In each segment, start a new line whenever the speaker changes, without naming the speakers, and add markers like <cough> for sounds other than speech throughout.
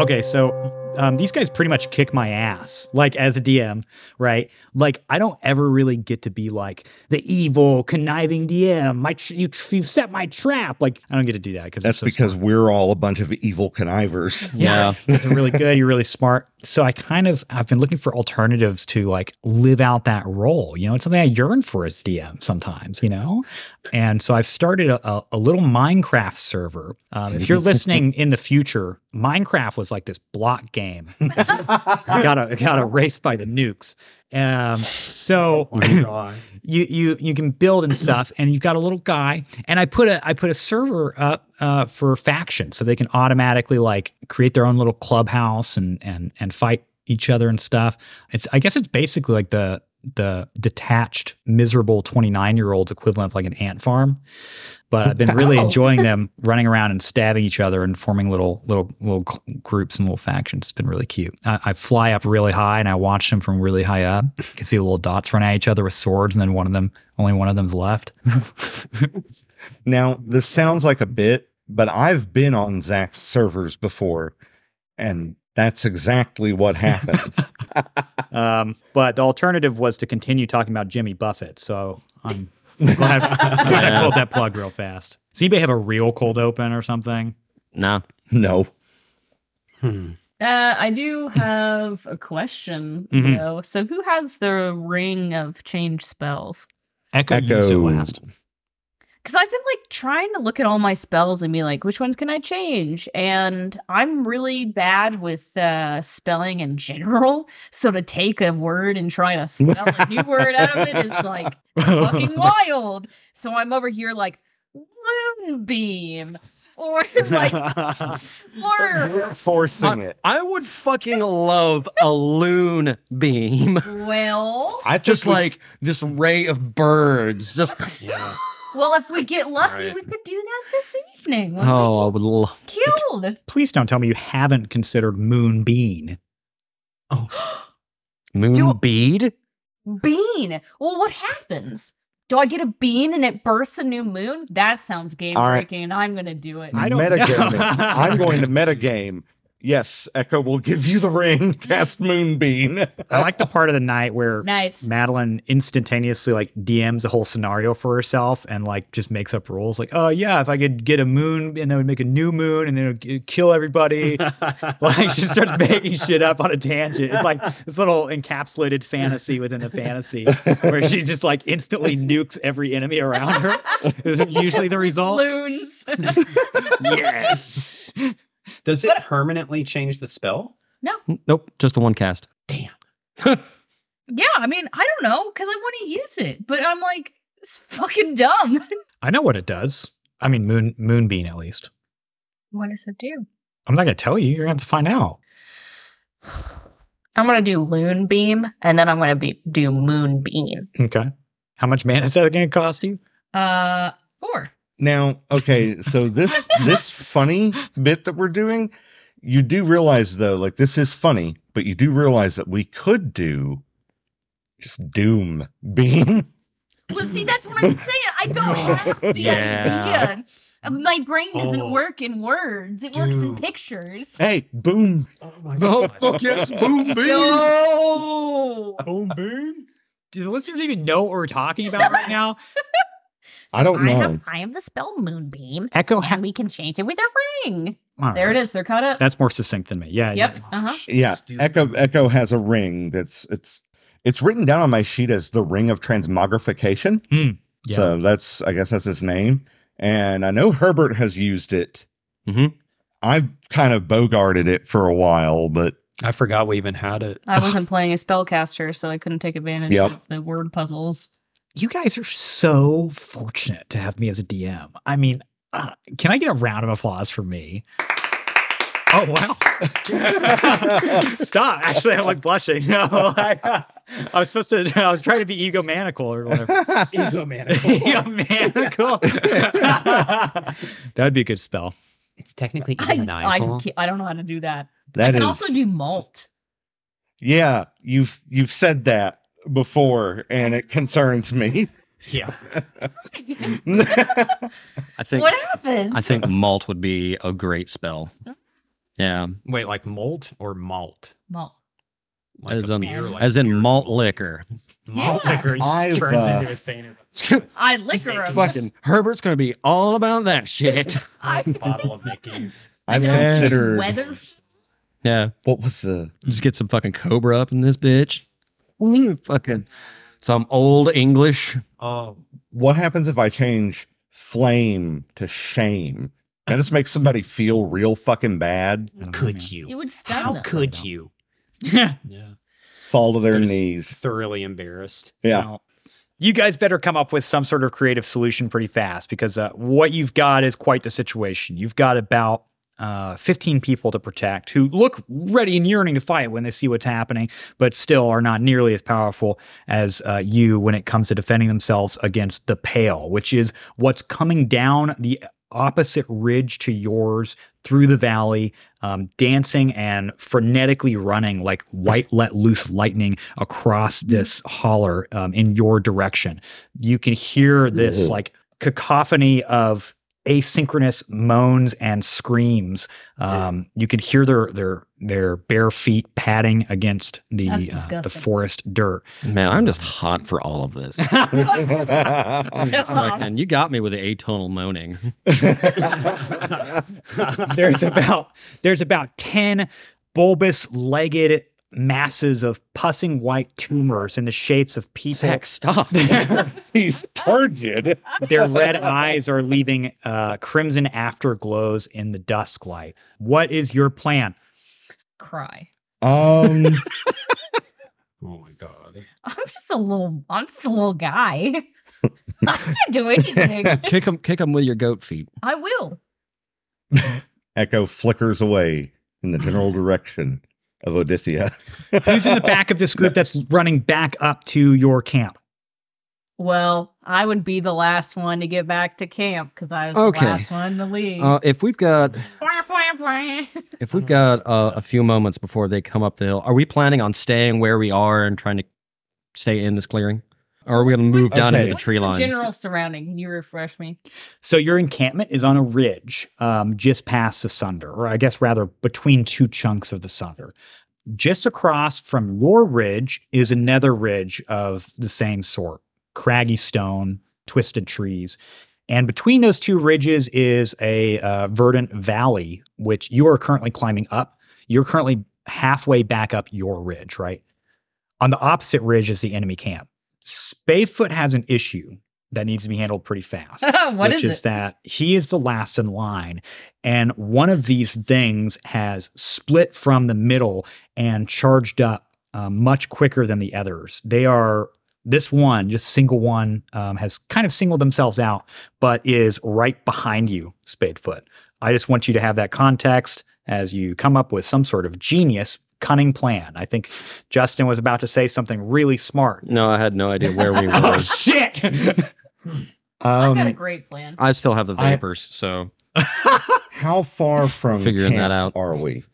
okay, so um, these guys pretty much kick my ass, like as a DM, right? Like I don't ever really get to be like the evil, conniving DM. My tr- you tr- you set my trap. Like I don't get to do that because
That's because we're all a bunch of evil connivers.
yeah, you guys are really good. You're really smart. So I kind of I've been looking for alternatives to like live out that role. You know, it's something I yearn for as DM sometimes. You know, and so I've started a, a, a little Minecraft server. Um, if you're listening in the future, Minecraft was like this block game. <laughs> got a, got erased by the nukes. Um, so you you you can build and stuff, and you've got a little guy. And I put a I put a server up uh, for factions, so they can automatically like create their own little clubhouse and and and fight each other and stuff. It's I guess it's basically like the the detached, miserable twenty nine year olds equivalent of like an ant farm. But I've been really enjoying them running around and stabbing each other and forming little little little cl- groups and little factions. It's been really cute. I, I fly up really high and I watch them from really high up. You can see the little dots run at each other with swords, and then one of them, only one of them's left. <laughs>
Now, this sounds like a bit, but I've been on Zach's servers before, and that's exactly what <laughs> happens.
Um, but the alternative was to continue talking about Jimmy Buffett. So I'm glad, <laughs> glad I pulled that plug real fast. Does anybody have a real cold open or something?
No.
no.
Uh, I do have a question
Mhm.
though. So, who has the ring of change spells?
Echo, used it
Echo.
last.
Because I've been like trying to look at all my spells and be like, which ones can I change? And I'm really bad with uh, spelling in general. <laughs> So to take a word and try to spell a new word out of it is like fucking wild. So I'm over here like moonbeam or <laughs>
<laughs>
like slurp.
We're forcing it.
I would fucking love a loon beam. <laughs>
Well,
I
Just
just like
like this ray of birds. Just
well, if we get lucky,
Right.
we could do that this evening. When oh.
oh, I would love.
Killed.
Please don't tell me you haven't considered Moonbean.
Moon <laughs>
Do-
bead?
Bean. Well, what happens? Do I get a bean and it bursts a new moon? That sounds game
All right.
breaking, and I'm gonna do it.
I don't know.
metagaming. <laughs> I'm going to metagame. Yes, Echo will give you the ring. <laughs> Cast Moonbeam.
I like the part of the night where
nice.
Madeline instantaneously like DMs a whole scenario for herself and like just makes up rules like, oh yeah, if I could get a moon and then would make a new moon and then it would g- kill everybody.
<laughs>
like she starts making shit up on a tangent. It's like this little encapsulated fantasy within the fantasy where she just like instantly nukes every enemy around her. Is usually the result.
Loons.
yes.
Does it permanently change the spell?
Nope, just the one cast.
<laughs> yeah, I mean, I don't know because I want to use it, but I'm like, it's fucking dumb. <laughs>
I know what it does. I mean, moon moonbeam at least.
what does it do?
I'm not gonna tell you. You're gonna have to find out.
I'm gonna do loon beam, and then I'm gonna be do moon beam.
Okay. How much mana is that gonna cost you?
Uh, four.
Now, okay, so this this funny bit that we're doing, you do realize though, like this is funny, but you do realize that we could do just doom beam. <laughs>
Well, see, that's what I'm saying. I <laughs> don't have the
Yeah.
idea. Uh, My brain doesn't
Oh.
work in words; it works in
Dude.
pictures. <laughs>
Hey, boom.
Oh, fuck yes,
<laughs>
boom bead.
No.
Boom boom. Do the listeners even know what we're talking about right now?
I don't
I
know.
have, I have the spell Moonbeam,
<laughs> Echo. Ha-
and we can change it with a ring.
All
There
right.
it is. They're caught up.
That's more succinct than me. Yeah.
Yep.
yeah.
Uh huh.
Yeah, Echo Echo has a ring that's it's it's written down on my sheet as the ring of transmogrification.
Hmm, yeah.
So that's I guess that's his name. And I know Herbert has used it.
Mm-hmm.
Mhm.
I've kind of bogarted it for a while, but
I forgot we even
<laughs>
had it.
I wasn't playing a spellcaster, so I couldn't take advantage
Yep.
of the word puzzles.
You guys are so fortunate to have me as a DM. I mean, uh, can I get a round of applause for me? Oh wow! <laughs> Stop. Actually, I'm like blushing. <laughs> No, I, I was supposed to. I was trying to be egomaniacal or whatever. <laughs>
Ego
<laughs>
man. <laughs>
egomaniacal. <laughs> that would be a good spell.
It's technically
<laughs> I, I, ca- I don't know how to do that. I
that
can
is
also do <laughs> malt.
Yeah, you've you've said that before and it concerns <laughs> me.
Yeah.
I think
what happens?
I think malt would be a great spell.
Yeah.
Wait, like malt or malt?
Well,
Like
As
a
in-
beer, like
As
beer
in malt liquor.
Malt
Yeah.
liquor
I've,
just turns
uh,
into a thing. of-
I liquor 'em.
Fucking Herbert's going to be all about that shit.
I
bottle of Mickey's.
I've
Yeah.
considered
weather.
yeah.
what was the
Just get some fucking Cobra up in this bitch. Mm, Fucking some old English.
Oh,
what happens if I change flame to shame? Can I just make somebody feel real fucking bad,
I don't know, man.
could you?
It would stun
How
them.
could you? <laughs> Yeah.
fall to their
There's-
knees.
Thoroughly embarrassed.
Yeah.
Now, you guys better come up with some sort of creative solution pretty fast because uh, what you've got is quite the situation. You've got about uh, 15 people to protect who look ready and yearning to fight when they see what's happening, but still are not nearly as powerful as uh, you when it comes to defending themselves against the Pale, which is what's coming down the opposite ridge to yours through the valley, um, dancing and frenetically running like white let loose lightning across this holler um, in your direction. You can hear this like cacophony of asynchronous moans and screams. Um, You could hear their their their bare feet padding against the
That's
uh, the
disgusting.
forest dirt.
Man, I'm just hot for all of <laughs> this. <laughs>
Tom.
and you got me with the atonal <laughs> moaning.
there's about there's about 10 bulbous legged masses of pussing white tumors in the shapes of people
Zach, stop.
He's turgid.
their red eyes are leaving uh, crimson afterglows in the dusk light what is your plan
Cry. <laughs>
Um,
Oh my god.
I'm just a little. I'm just a little guy. <laughs> I
<laughs>
can't do anything.
<laughs> kick him kick him with your goat feet.
I will.
Echo flickers away in the general direction of Odithia.
who's
<laughs>
in the back of this group that's running back up to your camp
Well, I would be the last one to get back to camp because I was
Okay.
the last one to leave. <laughs>
Uh, if we've got
Blah, blah, blah.
if we've got uh, a few moments before they come up the hill, are we planning on staying where we are and trying to stay in this clearing? Or are we going to move down
Okay.
into the
What's
tree
the
line?
General surrounding. Can you refresh me? <laughs>
so your encampment is on a ridge um, just past the sunder or i guess rather between two chunks of the sunder just across from your ridge is another ridge of the same sort craggy stone, twisted trees. And between those two ridges is a uh, verdant valley, which you are currently climbing up. You're currently halfway back up your ridge, right? On the opposite ridge is the enemy camp. Spadefoot has an issue that needs to be handled pretty fast
what
which
is,
is,
it?
that he is the last in line. And one of these things has split from the middle and charged up uh, much quicker than the others. They are, this one, just single one, um, has kind of singled themselves out, but is right behind you, Spadefoot. I just want you to have that context as you come up with some sort of genius, cunning plan. I think Justin was about to say something really smart.
No, I had no idea where <laughs> we
Oh, <laughs>
were.
shit!
I've got a
Um,
great plan.
I still have the
I-
vapors, so
how far from
Figuring
camp
that out.
are we?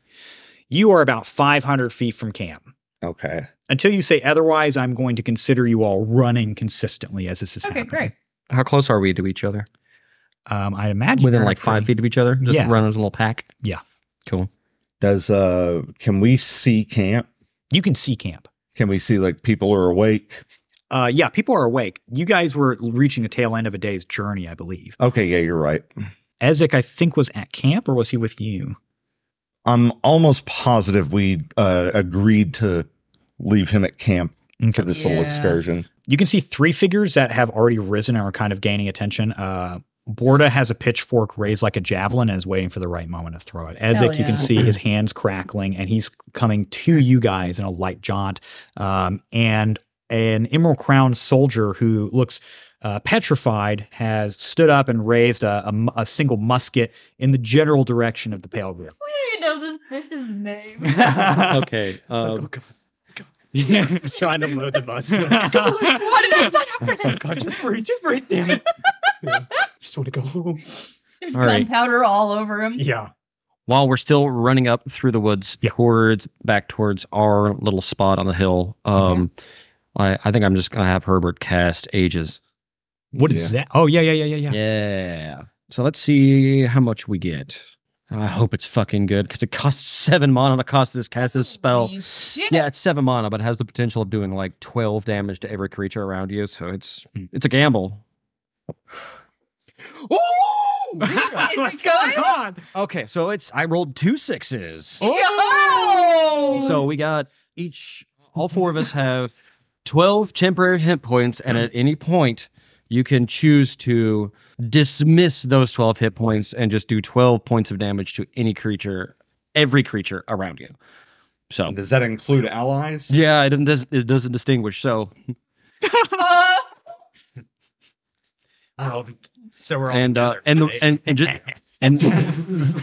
you are about 500 feet from camp.
Okay.
until you say otherwise, I'm going to consider you all running consistently as this is
okay,
happening.
great.
how close are we to each other?
Um, I'd imagine
Within
you're
like five
pretty-
feet of each other? Just
Yeah.
run as a little pack?
Yeah.
Cool.
Does uh, can we see camp?
You can see camp.
Can we see like people are awake?
Uh, yeah, people are awake. You guys were reaching the tail end of a day's journey, I believe.
Okay, yeah, you're right.
Ezek, I think, was at camp, or was he with you?
I'm almost positive we uh, agreed to leave him at camp for
Okay.
this little
Yeah.
excursion.
You can see three figures that have already risen and are kind of gaining attention. Uh, Borda has a pitchfork raised like a javelin and is waiting for the right moment to throw it. Ezek, you
yeah.
can see his hands crackling and he's coming to you guys in a light jaunt. Um, and an emerald crowned soldier who looks uh, petrified has stood up and raised a, a mu- a single musket in the general direction of the pale
<laughs>
group.
We don't even know this fish's
<laughs>
name. <laughs>
Okay.
um,
Uh,
<laughs> Trying to load the
Why
musket. <laughs>
did I sign up
<laughs>
for this?
Oh, God, just breathe, just breathe, damn it. Yeah. Just want to go home.
There's
All right.
gunpowder all over him.
Yeah.
while we're still running up through the woods
Yeah.
towards back towards our little spot on the hill um I, I think i'm just gonna have herbert cast ages
What is that? Oh, yeah, yeah, yeah, yeah, yeah.
yeah. so let's see how much we get I hope it's fucking good because it costs <laughs> seven mana to cost this cast this spell.
Holy shit.
Yeah, it's seven mana, but it has the potential of doing like twelve damage to every creature around you. So it's it's a gamble.
<laughs>
it
What's
good?
going on?
Okay, so it's I rolled two sixes.
Oh!
So we got each, all four of us have 12 temporary hit points, and at any point, you can choose to dismiss those 12 hit points and just do 12 points of damage to any creature, every creature around you. So,
Does that include allies?
yeah, it doesn't, dis- it doesn't distinguish. So,
Oh, so we're all
and, uh,
together.
and, the, and, and just, and,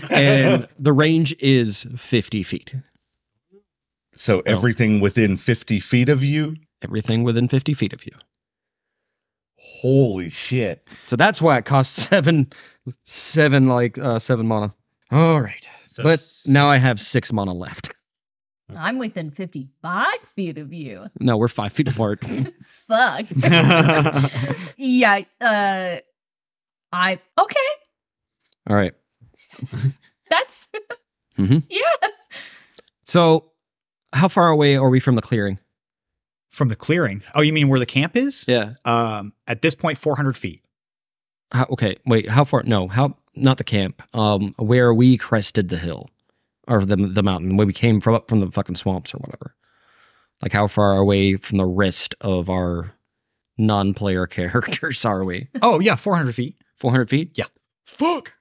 and the range is 50 feet.
So everything within 50 feet of you?
Everything within 50 feet of you.
Holy shit.
So that's why it costs <laughs> seven, seven like uh, seven mana. All right,
So
but
s-
now I have six mana left. <laughs>
I'm within 55 feet of you.
No, we're five feet apart. <laughs>
Fuck. yeah. Uh, I, okay.
All right,
That's,
Mhm.
<laughs> yeah.
so how far away are we from the clearing?
<laughs> From the clearing. Oh, you mean where the camp is?
Yeah.
Um, at this point, 400 feet.
How, okay, wait. How far? No, how? Not the camp. Um, where we crested the hill, or the the mountain, where we came from up from the fucking swamps or whatever. Like how far away from the rest of our non-player <laughs> characters are we?
Oh, yeah, 400 feet.
Four hundred feet.
fuck.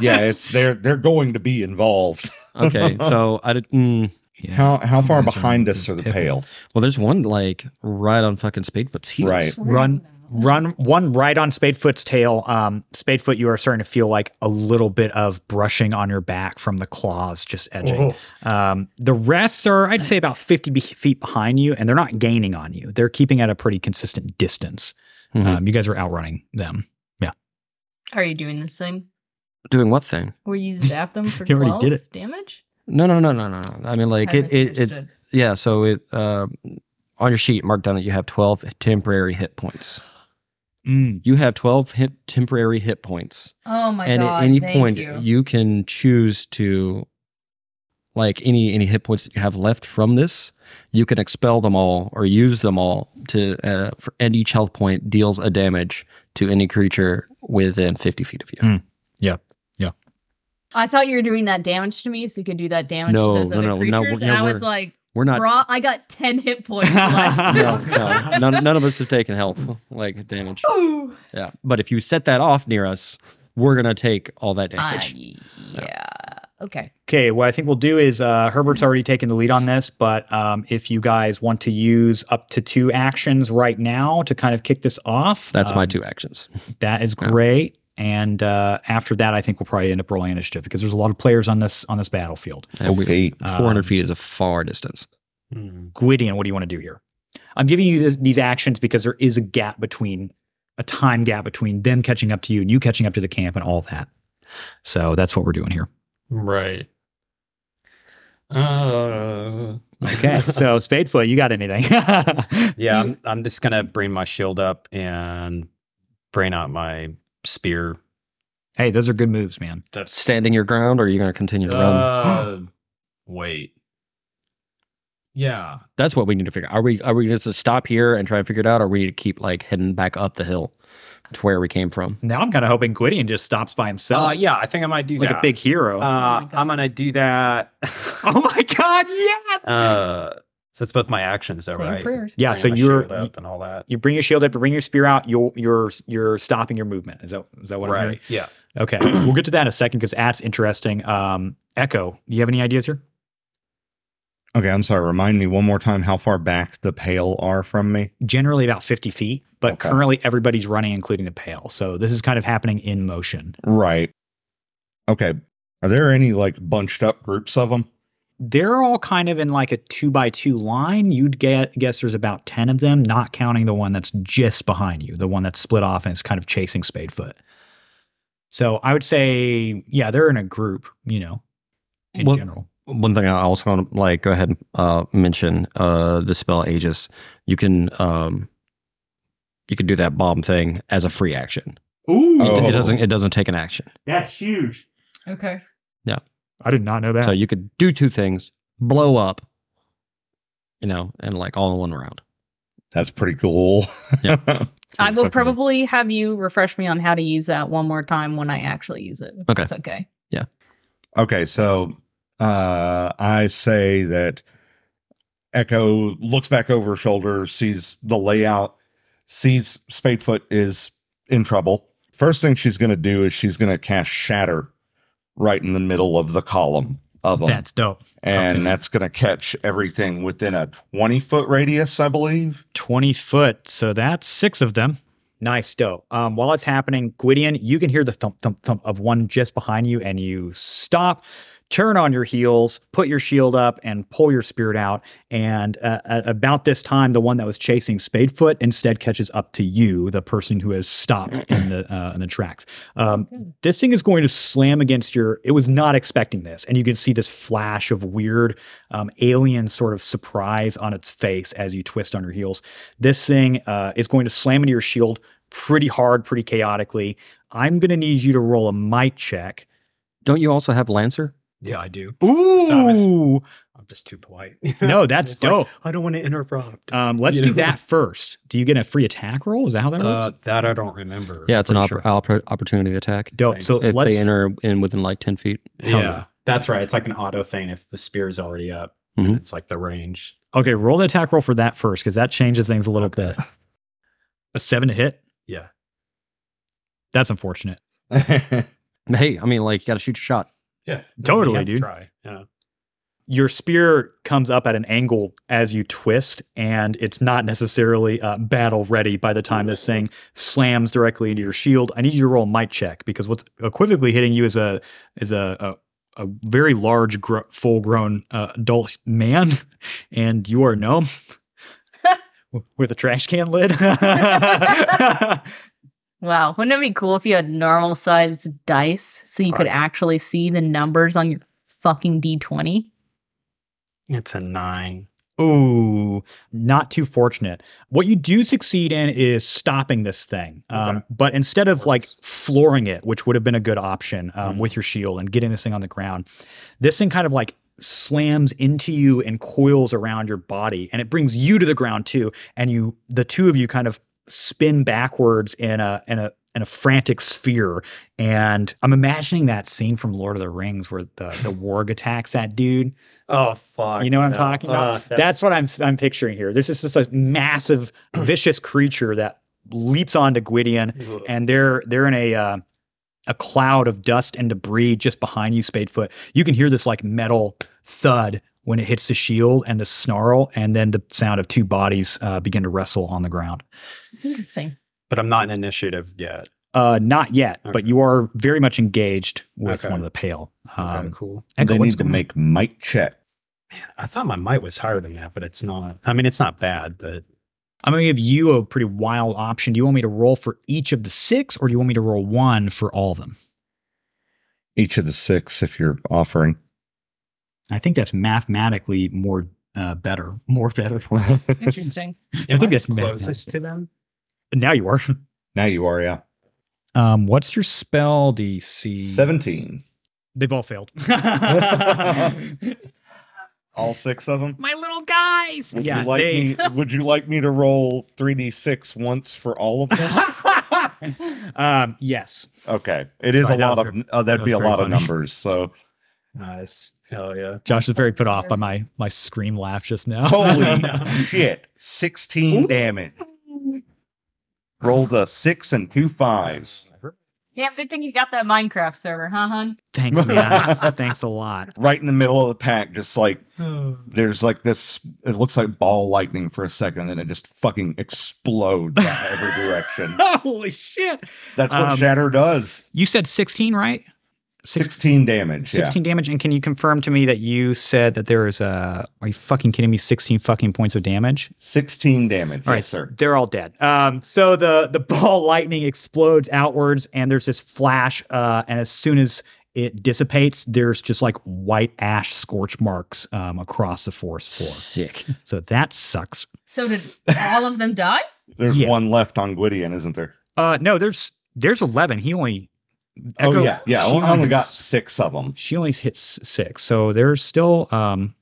Yeah, it's they're they're going to be involved.
Okay, so I did. Mm,
Yeah.
How how far
Imagine
behind us are the
people.
pale?
Well, there's one like right on fucking Spadefoot's heels. Uh,
Right.
Run. Run one right on Spadefoot's tail. Um, Spadefoot, you are starting to feel like a little bit of brushing on your back from the claws just edging.
Oh.
Um, the rest are, I'd say, about 50 be- feet behind you, and they're not gaining on you. They're keeping at a pretty consistent distance.
Mhm.
Um, you guys are outrunning them.
Are you doing this thing
Doing what thing?
where
<laughs>
you zap them for
He
12
already did it.
damage?
No, no, no, no, no, no. I mean, like
I
it, it, it,
misunderstood.
yeah. So it, uh, on your sheet, mark down that you have 12 temporary hit points.
Mm.
You have 12 hit, temporary hit points.
oh my
and
God.
at any
thank
point,
you.
can choose to, like any any hit points that you have left from this, you can expel them all or use them all to, uh, for, and each health point deals a damage to any creature within 50 feet of you.
I thought you were doing that damage to me so you could do that damage
No,
to those
no,
other
no, no,
creatures.
no,
and I
we're-
was like,
We're not
Bra, I got 10
<laughs>
hit points left.
no, no, none, none of us have taken health like damage.
Ooh.
Yeah, but if you set that off near us, we're gonna take all that
I-
damage.
yeah. Okay.
Okay, what I think we'll do is uh, Herbert's already taken the lead on this, but um, if you guys want to use up to two actions right now to kind of kick this off,
That's my
um,
two actions.
That is
Yeah.
great. And uh, after that, I think we'll probably end up rolling initiative because there's a lot of players on this on this battlefield.
And we-
Okay.
400
Um,
feet is a far distance.
Mm.
Gwydion, what do you want to do here? I'm giving you th- these actions because there is a gap between a time gap between them catching up to you and you catching up to the camp and all that. So that's what we're doing here.
Right. Uh,
Okay. <laughs> so Spadefoot, you got anything? <laughs>
yeah,
Do you-
I'm, I'm just gonna bring my shield up and bring out my spear.
hey, those are good moves, man.
That's
Standing your ground, or are you gonna continue to run?
uh, wait. Yeah,
That's what we need to figure. out. Are we are we just to stop here and try and figure it out, or we need to keep like heading back up the hill to where we came from?
Now I'm kind of hoping Gwydion just stops by himself
uh, yeah. I think I might do
like
that.
a big hero.
Uh, I'm gonna do that. <laughs>
oh my God, yes!
uh, so it's both my actions, though,
Saying
right?
prayers.
Yeah,
Bring
so
my
you're
shield up and all that.
you bring your shield up, you bring your spear out, you're you're you're stopping your movement. Is that is that what I'm hearing?
Right. Yeah.
Okay, we'll get to that in a second because that's interesting. Um, Echo, do you have any ideas here?
Okay, I'm sorry. Remind me one more time how far back the pale are from me.
Generally about 50 feet, but
Okay.
currently everybody's running, including the pale. So this is kind of happening in motion.
Right. Okay. Are there any like bunched up groups of them?
They're all kind of in like a two by two line. You'd get, guess there's about 10 of them, not counting the one that's just behind you, the one that's split off and is kind of chasing Spadefoot. So I would say, yeah, they're in a group, you know, in
Well,
general.
One thing I also want to like go ahead and uh, mention uh, the spell Aegis. You can um, you can do that bomb thing as a free action.
Ooh,
It,
Oh.
it doesn't it doesn't take an action.
that's huge.
Okay.
I did not know that.
So you could do two things: blow up, you know, and like all in one round.
Oh, That's pretty cool.
Yeah.
I will
Fucking-
probably have you refresh me on how to use that one more time when I actually use it.
Okay.
It's okay.
<laughs> Okay, so uh, I say that Echo looks back over her shoulder, sees the layout, sees Spadefoot is in trouble. First thing she's going to do is she's going to cast Shatter right in the middle of the column of them,
That's dope.
and
okay.
that's going to catch everything within a twenty foot radius, I believe.
20 foot. So that's six of them. Nice dope. Um, while it's happening, Gwydion, you can hear the thump, thump, thump of one just behind you, and you stop, turn on your heels, put your shield up, and pull your spirit out. And uh, at about this time, the one that was chasing Spadefoot instead catches up to you, the person who has stopped <clears throat> in the uh, in the tracks. Um, this thing is going to slam against your. It was not expecting this, and you can see this flash of weird um, alien sort of surprise on its face as you twist on your heels. This thing uh, is going to slam into your shield pretty hard, pretty chaotically. I'm going to need you to roll a might check.
Don't you also have Lancer?
Yeah, I do.
Ooh,
I'm just too polite. <laughs>
no, that's
<laughs> It's like,
dope.
I don't want to
Uh,
interrupt.
um, let's
you
do
know.
that first. Do you get a free attack roll? Is that how that works?
Uh, that I don't remember.
Yeah, it's an
Pretty
oppor-
sure.
oppor- opportunity attack.
dope. So
if
let's
they enter in within like ten feet.
Yeah, that's right. It's like an auto thing if the spear is already up.
Mhm.
And it's like the range.
okay. Roll the attack roll for that first because that changes things a little
Okay.
bit. A seven to hit.
Yeah.
That's unfortunate.
<laughs>
Hey, I mean, like you got to shoot your shot.
Yeah,
Totally,
You have to
dude.
Try. Yeah.
your spear comes up at an angle as you twist, and it's not necessarily uh, battle ready by the time this thing slams directly into your shield. I need you to roll a might check because what's equivocally hitting you is a is a a, a very large, gr- full grown uh, adult man, <laughs> and you are a gnome with a trash can lid. <laughs>
Wow. Wouldn't it be cool if you had normal sized dice so you could actually see the numbers on your fucking D20?
It's a nine.
Ooh, not too fortunate. What you do succeed in is stopping this thing, um,
Okay.
but instead of like
Works.
flooring it, which would have been a good option um,
Mhm.
with your shield and getting this thing on the ground, this thing kind of like slams into you and coils around your body, and it brings you to the ground too. And you, the two of you, kind of spin backwards in a in a in a frantic sphere. And I'm imagining that scene from Lord of the Rings where the the warg attacks that dude.
Oh fuck!
You know what I'm talking about?
Uh, that-
That's what I'm I'm picturing here. This is just a massive, vicious creature that leaps onto Gwydion, and they're they're in a uh, a cloud of dust and debris just behind you, Spadefoot. You can hear this like metal thud when it hits the shield and the snarl, and then the sound of two bodies uh, begin to wrestle on the ground.
Interesting.
but I'm not in initiative yet.
Uh, not yet, but
Okay.
you are very much engaged with
Okay.
one of the pale.
Okay,
Um,
cool.
Echo,
they
what's
need to
going on?
make mic check.
I thought my might was higher than that, but it's not. I mean, it's not bad, but
I'm going to give you a pretty wild option. Do you want me to roll for each of the six, or do you want me to roll one for all of them?
Each of the six, if you're offering.
I think that's mathematically more uh, better. <laughs> More better.
Interesting.
I think that's
closest
mathematically.
to them.
Now you are.
now you are, yeah.
Um, what's your spell DC?
<laughs> 17.
They've all <laughs> failed.
All six of them?
My little guys.
Would
yeah.
you like
they-
me? Would you like me to roll three d six once for all of them?
<laughs> um, yes.
<laughs> okay, it is
Sorry,
a
that
lot
was
of. oh, that'd
that
be a
was very
lot
funny.
of numbers.
<laughs>
So
Nice. Hell yeah.
Josh is very put off by my my scream laugh just now.
holy shit, sixteen
Ooh.
damage. Rolled a six and two fives.
Yeah, good thing you got that Minecraft server, huh, hon?
<laughs> Thanks, <laughs> man. Thanks a lot.
Right in the middle of the pack, just like
Oh,
there's like this. It looks like ball lightning for a second, and it just fucking explodes in
<laughs>
every direction.
holy shit.
That's what
Um,
shatter does.
You said 16, right? Six-
Sixteen damage. Yeah.
16 damage. And can you confirm to me that you said that there is a, are you fucking kidding me? 16 fucking points of damage?
Sixteen damage.
All right,
yes, sir.
They're all dead. Um, so the, the ball lightning explodes outwards and there's this flash. Uh, and as soon as it dissipates, there's just like white ash scorch marks um, across the forest floor.
Sick.
So that sucks.
So
<laughs>
did all of them die?
There's
Yeah.
one left on Gwydion, isn't there?
Uh, no, there's, there's 11. He only,
oh
Echo-
yeah, yeah.
she
I only
only-
got six of them.
She only hits six, so there's still um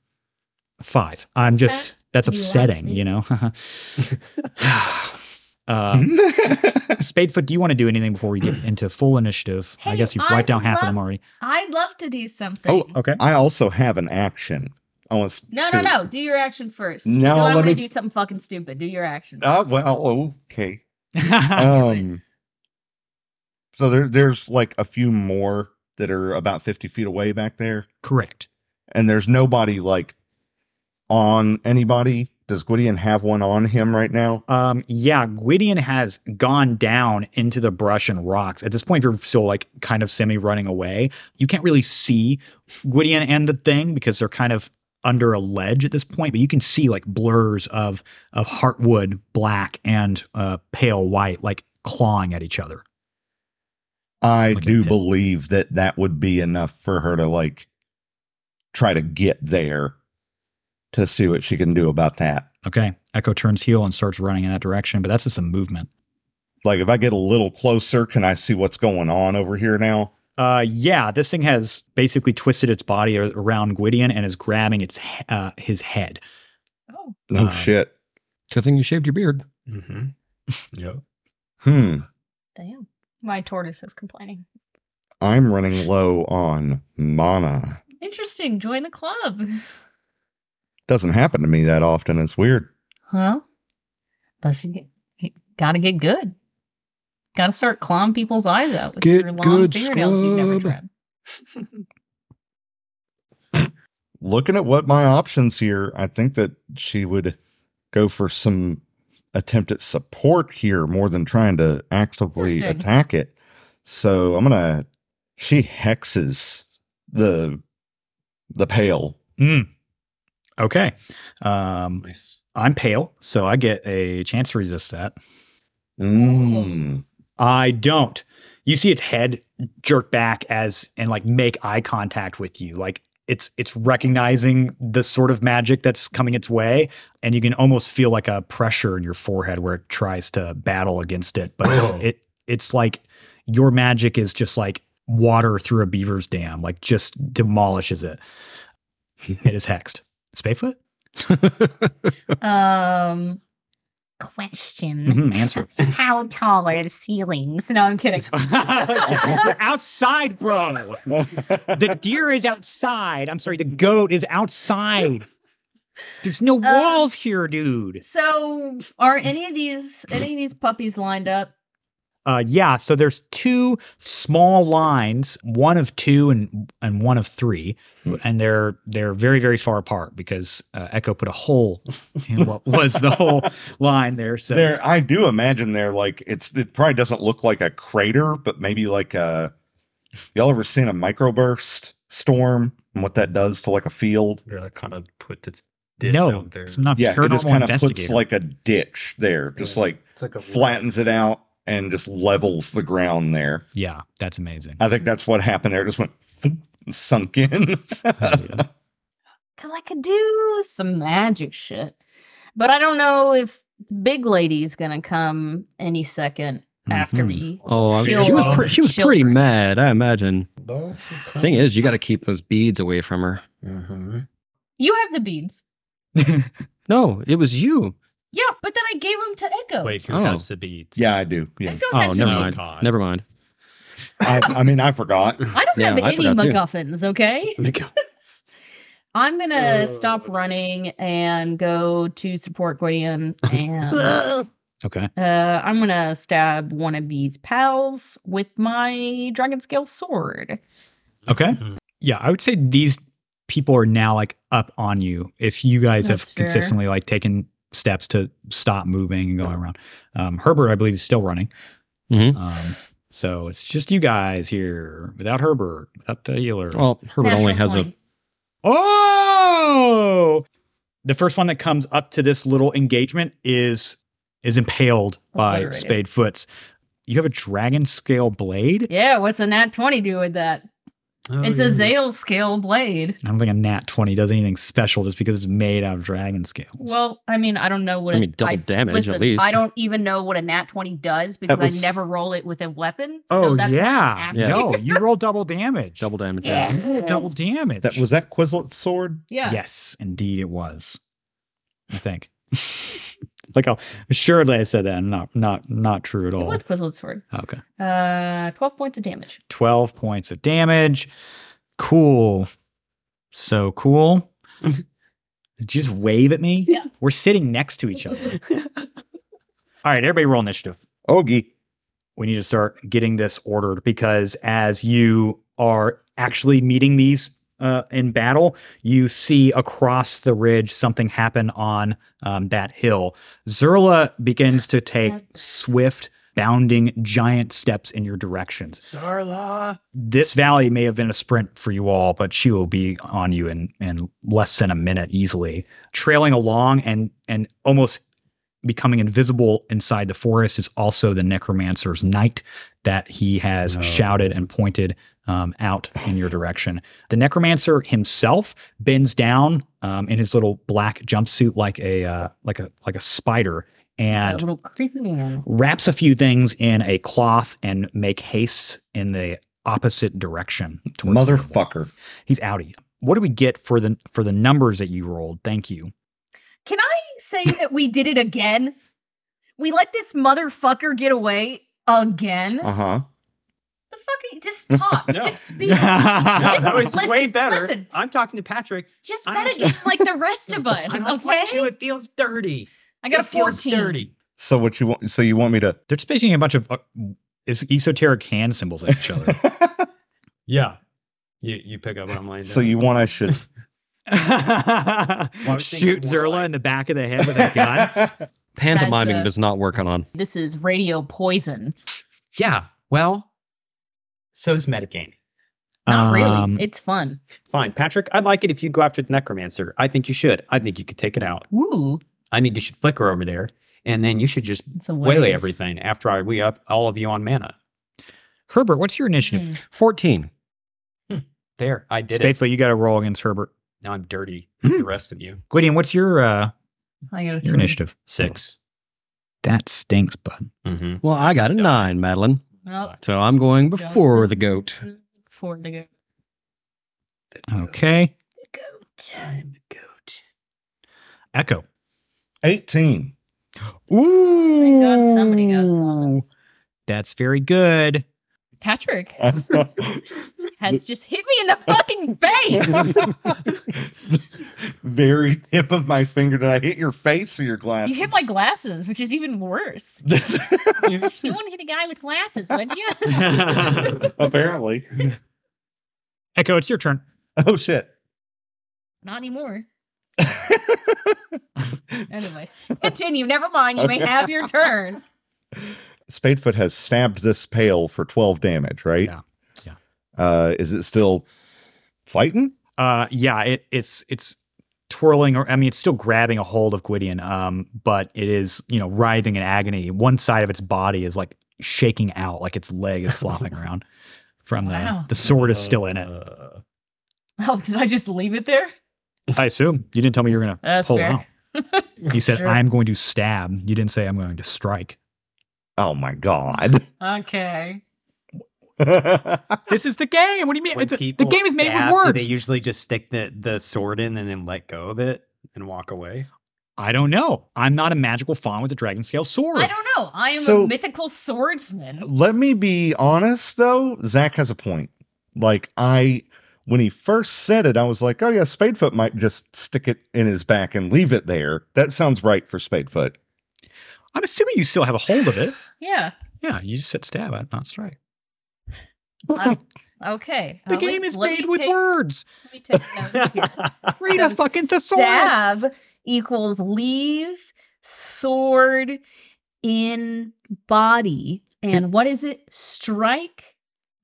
five. I'm just that's
You lost
upsetting,
me.
you know. <laughs> uh, Spadefoot, do you want to do anything before we get into full initiative? I
Hey,
guess you've
I
wiped out
would
half of them
love-
already.
I'd love to do something.
Oh,
<laughs> Okay.
<laughs> I also have an action. I want
no, no, no. Do your action first.
No,
I'm
let
gonna
me-
do something fucking stupid. Do your action.
Uh, well, okay.
Anyway.
Um, so there, there's like a few more that are about 50 feet away back there,
Correct.
and there's nobody like on anybody. Does Gwydion have one on him right now?
Um, yeah, Gwydion has gone down into the brush and rocks. At this point, you're still like kind of semi running away. You can't really see Gwydion and the thing because they're kind of under a ledge at this point, but you can see like blurs of of heartwood black and uh, pale white, like clawing at each other.
I
Like a
do
pit.
believe that that would be enough for her to like try to get there to see what she can do about that.
Okay, Echo turns heel and starts running in that direction, but that's just a movement.
Like, if I get a little closer, can I see what's going on over here now?
Uh, yeah, this thing has basically twisted its body ar- around Gwydion and is grabbing its he- uh, his head.
Oh.
No
Uh,
shit.
Good thing you shaved your beard.
Mm-hmm. Yep.
Hmm.
Damn. My tortoise is complaining.
I'm running low on mana.
Interesting. Join the club. <laughs>
Doesn't happen to me that often. It's weird.
Huh? Must you get, gotta get good. Gotta start clawing people's eyes out with
Get
your long
good,
fingernails you've never
scrub.
tried.
Looking at what my options here, I think that she would go for some attempt at support here more than trying to actively
Interesting.
attack it. So I'm gonna. She hexes the the pail.
Mm. Okay. Um,
Nice.
I'm pale, so I get a chance to resist that.
Mm.
I don't. You see its head jerk back as and like make eye contact with you. Like it's it's recognizing the sort of magic that's coming its way, and you can almost feel like a pressure in your forehead where it tries to battle against it. But it's, it it's like your magic is just like water through a beaver's dam, like just demolishes it. it is hexed. Spayfoot?
Um, question.
<laughs>
Mhm, answer.
Mm-hmm.
How tall are the ceilings? No, I'm kidding.
outside, bro. The deer is outside. I'm sorry, the goat is outside. There's no walls here, dude.
So, are any of these any of these puppies lined up?
Uh, yeah. So there's two small lines, one of two and and one of three, and they're they're very very far apart because uh, Echo put a hole in what was the whole line there. So
There, I do imagine they're like it's. It probably doesn't look like a crater, but maybe like a. Y'all ever seen a microburst storm and what that does to like a field?
Or that kind of put its dick
no,
out there.
it's not
Yeah, it
paranormal
just kind of
investigator.
puts like a ditch there, just like
It's like a
flattens it out and just levels the ground there.
yeah, that's amazing.
I think that's what happened there. It just went thump, and sunk in. <laughs>
Because I could do some magic shit, but I don't know if Big Lady's gonna come any 2nd after
Mhm.
Mm-hmm.
me.
Oh, I- she
Shield.
was pre- she was
Shield.
pretty mad. I imagine.
Don't
Thing is, you got to keep those beads away from her.
You have the beads.
No, it was you.
Yeah, but then I gave them to Echo.
Wait, who
Oh.
has the beads? <laughs>
yeah, I do. Yeah,
Echo
Oh,
has the
never
beads.
mind.
God.
Never mind.
I, I mean, I forgot.
I don't
Yeah,
have
I
any
forgot too. <laughs>
MacGuffins, okay? I'm
Uh.
gonna stop running and go to support Gwydion, and uh,
<laughs>
Okay.
I'm gonna stab one of these pals with my dragon scale sword.
Okay.
Mm-hmm.
Mhm.
Yeah, I would say these people are now like up on you if you guys
That's
have
fair.
consistently like taken steps to stop moving and going around. Um, Herbert, I believe, is still running.
Mhm.
Um, so it's just you guys here without Herbert, without the healer.
Well, Herbert only
Natural
has
20.
Oh, the first one that comes up to this little engagement is is impaled by
Obliterated.
Spade Foots. You have a dragon scale blade.
Yeah, what's a nat twenty do with that?
Oh,
it's a Zale scale blade.
I don't think a nat 20 does anything special just because it's made out of dragon scales.
Well, I mean, I don't know what.
I
it-
mean, double damage at
listen,
least.
I don't even know what a nat twenty does because
was-
I never roll it with a weapon. so
oh,
that's
yeah.
not
No,
accurate.
you roll double damage.
Double damage.
double damage.
That was that Quizlet's sword.
yeah.
Yes, indeed it was. I think. <laughs> like, I'll, assuredly I said that. Not, not, not true at
It
all.
was Quizlet's sword.
okay.
Uh, twelve points of damage.
12 points of damage. Cool. So cool. Just wave at me.
Yeah.
We're sitting next to each other. All right, everybody roll initiative.
Ogie.
We need to start getting this ordered because as you are actually meeting these uh, in battle, you see across the ridge something happen on um, that hill. Zerla begins to take swift, bounding, giant steps in your directions
Sarla.
this valley may have been a sprint for you all, but she will be on you in, in less than a minute easily. Trailing along and and almost becoming invisible inside the forest is also the necromancer's knight that he has shouted and pointed um, out in your direction. The necromancer himself bends down um, in his little black jumpsuit, like a uh, like a like a spider,
A
and
little creepy man.
wraps a few things in a cloth and make haste in the opposite direction. towards the river.
Motherfucker.
He's out of you. What do we get for the for the numbers that you rolled? Thank you.
Can I say that we did it again? We let this motherfucker get away again.
Uh huh.
the fuck? Are you, just talk.
No.
Just speak.
That
That was
Listen,
way better.
listen.
I'm talking to Patrick.
Just
I
bet
don't-
again like the rest of us.
I don't
okay.
want you. It feels dirty.
I got a
it feels
fourteen.
dirty.
So what you want? So you
<laughs>
want me to?
They're just making a bunch of uh, is esoteric hand symbols at
<laughs>
each other.
Yeah. You you pick up what I'm laying
so
down.
you want I should?
was thinking
Shoot
more
Zerla
like-
in the back of the head with a
<laughs>
gun.
Pantomiming
That's a-
does not work on on.
This is radio poison.
Yeah. Well, so is Medicaid.
Not
Um,
really. It's fun.
Fine, Patrick. I'd like it if you go after the necromancer. I think you should. I think you could take it out.
Ooh.
I think you should flicker over there, and then you should just
It's a
waylay
ways.
everything after I we up all of you on mana.
Herbert, what's your initiative?
Hmm.
14.
There, I did it.
Stateful, you got to roll against Herbert.
Now I'm
<clears throat>
dirty. with the rest of you.
Gwydion, what's your uh,
Hmm. I got a
your
three.
initiative?
6
That stinks, bud.
Mm-hmm.
Well, I got a nine, Madeline.
Oh,
So I'm going before the goat.
four to go.
Okay,
Goat.
Echo.
<laughs> Eighteen.
Ooh,
God somebody got it on
that's very good.
Patrick has just hit me in the fucking face.
<laughs> Very tip of my finger. Did I hit your face or your glass?
you hit my glasses, which is
<laughs>
even worse.
<laughs>
You wouldn't hit a guy with glasses, would you?
<laughs>
Apparently.
Echo, it's your turn.
Oh shit.
Not
<laughs>
anymore. Anyways, continue. Never mind. You may
Okay.
have your turn.
Spadefoot has stabbed this pail for twelve damage, right?
Yeah. Yeah.
Uh, is it still fighting?
Uh, yeah, it, it's it's twirling, or I mean, it's still grabbing a hold of Gwydion, um, but it is you know writhing in agony. One side of its body is like shaking out, like its leg is
<laughs>
flopping around from the
Wow.
the sword is still in <laughs> it.
Uh,
Oh, did I just leave it there?
I assume you didn't tell me you were gonna
That's
pull
fair. <laughs>
out. You said
Sure.
I'm going to stab. You didn't say I'm going to strike.
Oh my god. <laughs>
Okay.
This is the game. What do you mean?
when
It's a- the
people
game is made
stab,
with
do
words.
They usually just stick the, the sword in and then let go of it and walk away.
I don't know. I'm not a magical fawn with a dragon scale sword.
I don't know. I am
So-
a mythical swordsman.
Let me be honest though, Zach has a point. Like I when he first said it, I was like, oh yeah, Spadefoot might just stick it in his back and leave it there. That sounds right for Spadefoot.
I'm assuming you still have a hold of it.
Yeah.
Yeah, you just said stab at, not strike. <laughs>
I'm- okay.
The
Uh,
game
let-
is
Uh, let
made
me
with
take-
words.
Let me take notes here. <laughs>
Read a
So
fucking thesaurus.
Stab equals leave sword in body. And what is it? Strike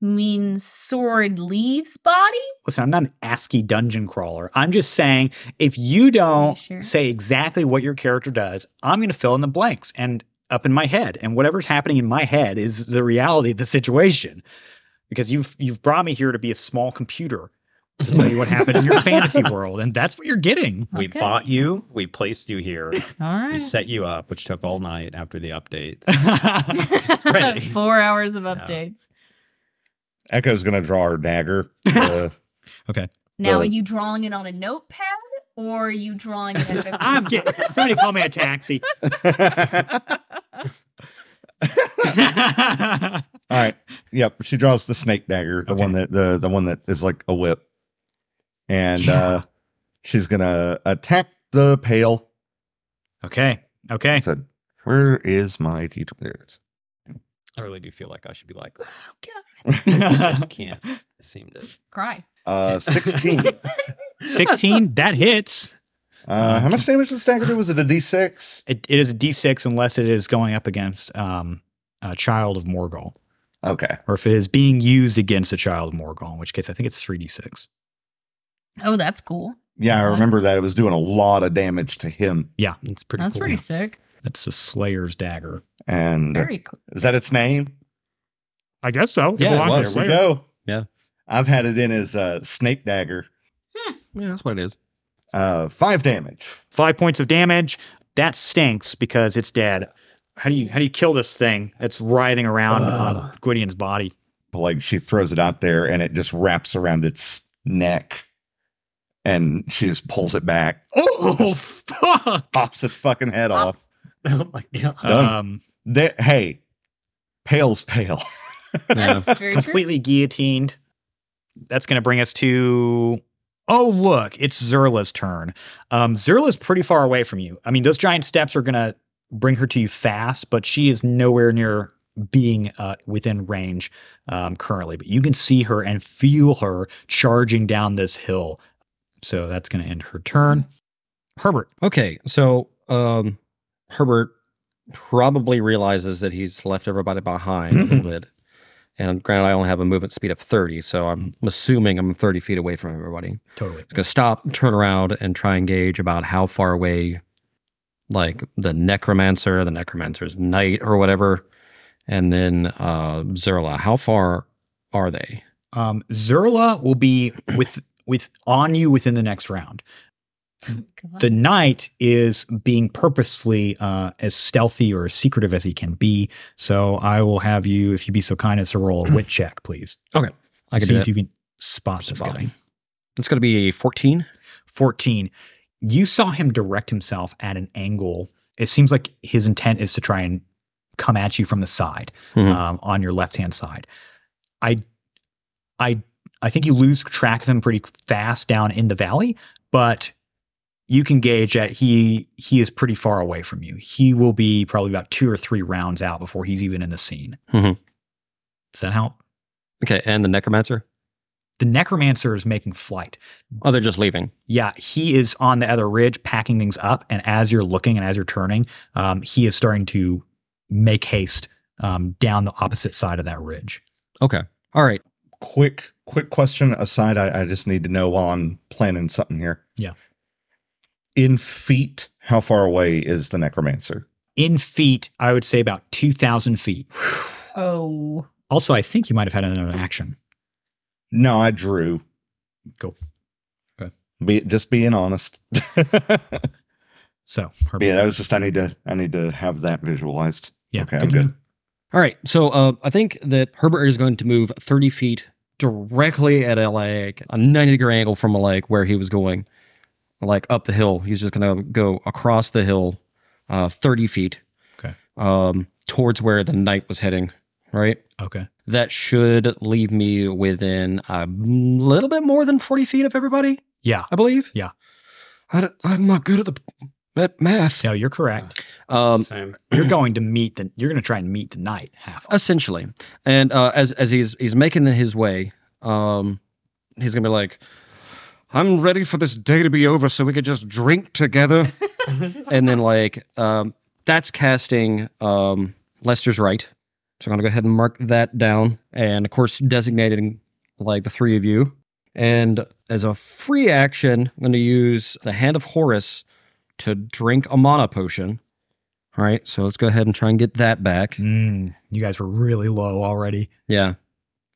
means sword leaves body?
Listen, I'm not an ASCII dungeon crawler. I'm just saying if you don't
sure?
say exactly what your character does, I'm going to fill in the blanks and up in my head. And whatever's happening in my head is the reality of the situation. because you've you've brought me here to be a small computer to tell you what happens in
<laughs>
your fantasy world, and that's what you're getting.
We
Okay.
bought <laughs> you. We placed you
<laughs>
here.
All right.
We
<laughs>
set you up, which took all night after the
<laughs>
update. Right.
Four hours of updates.
Echo's gonna draw
<laughs>
her dagger. Uh,
Now,
Uh,
are you drawing it on a notepad or are you drawing it <laughs> as a
I'm getting somebody call me a taxi.
all right. Yep. She draws the snake dagger, the
Okay.
one that the the one that is like a whip, and uh, she's gonna attack the pail.
<laughs> okay, okay.
I said, "Where is my d
I really do feel like I should be like, oh, God. <laughs> I just
Sixteen
can't seem to.
cry?
<laughs> Uh, sixteen.
that hits.
uh, how much damage does dagger do? Was it a d six?
It, it is a d6 unless it is going up against um, a child of Morgul,
Okay.
or if it is being used against a child of Morgul, in which case I think it's three d6.
Oh, that's cool.
Yeah, I remember that. It was doing a lot of damage to him.
Yeah,
It's pretty
that's
cool.
pretty sick.
that's the Slayer's dagger.
And uh,
Very cool.
is that its name?
I guess so.
Yeah, it belongs was.
There we go.
Yeah.
I've had it in as uh, snake dagger.
Yeah, that's what it is.
Uh, five damage.
Five points of damage. That stinks because it's dead. How do you how do you kill this thing that's writhing around on Gwydion's body?
Like she throws it out there and it just wraps around its neck and she just pulls it back,
Oh fuck!
pops its fucking head off.
oh, my God.
Done.
Um,
They- hey, pale's pale.
That's very true.
completely guillotined. That's going to bring us to. Oh look, it's Zerla's turn. Um, Zerla's pretty far away from you. I mean, those giant steps are going to bring her to you fast, but she is nowhere near being uh, within range um, currently. But you can see her and feel her charging down this hill. So that's going to end her turn. Herbert,
Okay, so um, Herbert probably realizes that he's left everybody behind a <laughs> little bit. And granted, I only have a movement speed of 30, so I'm assuming I'm 30 feet away from everybody.
totally.
He's going to stop, turn around, and try and gauge about how far away, like the necromancer, the necromancer's knight, or whatever, and then uh, Zerla. How far are they?
Um, Zerla will be with with on you within the next round. the knight is being purposefully uh, as stealthy or as secretive as he can be. So I will have you, if you'd be so kind as to roll a
<clears throat>
wit check, please.
I can
See
do
if
that.
you can spot this
Just
guy.
kidding. It's going to be 14.
14. You saw him direct himself at an angle. It seems like his intent is to try and come at you from the side,
Mhm.
um, on your left hand side. I, I, I think you lose track of him pretty fast down in the valley, but you can gauge that he he is pretty far away from you. He will be probably about two or three rounds out before he's even in the scene.
Mhm.
Does that help?
Okay, and the necromancer?
The necromancer is making flight.
Oh, they're just leaving.
Yeah, he is on the other ridge packing things up, and as you're looking and as you're turning, um, he is starting to make haste um, down the opposite side of that ridge.
Okay. All right.
quick, quick question aside. I, I just need to know while I'm planning something here.
Yeah.
In feet, how far away is the necromancer?
In feet, I would say about two thousand feet.
Oh,
Also, I think you might have had another action.
No, I drew.
Cool. Okay.
Be just being honest. <laughs>
So, Herbert.
yeah, that was just I need to I need to have that visualized.
Yeah,
Okay, I'm good.
All right. So uh, I think that Herbert is going to move 30 feet directly at a, like a 90 degree angle from like where he was going, like up the hill. He's just going to go across the hill uh, 30 feet.
Okay.
Um, towards where the knight was heading. Right.
Okay,
That should leave me within a little bit more than 40 feet of everybody,
yeah,
I believe.
Yeah.
I don't- I'm not good at the at math.
no, you're correct.
Um,
Same.
You're going to meet the. You're going to try and meet the knight half.
essentially. And uh, as as he's he's making his way, um, he's gonna be like, "I'm ready for this day to be over, so we could just drink together." and then like um, that's casting um, Lester's right. So I'm gonna go ahead and mark that down, and of course designating like the three of you. And as a free action, I'm gonna use the Hand of Horus to drink a mana potion. All right, so let's go ahead and try and get that back.
Mm, you guys were really low already.
Yeah.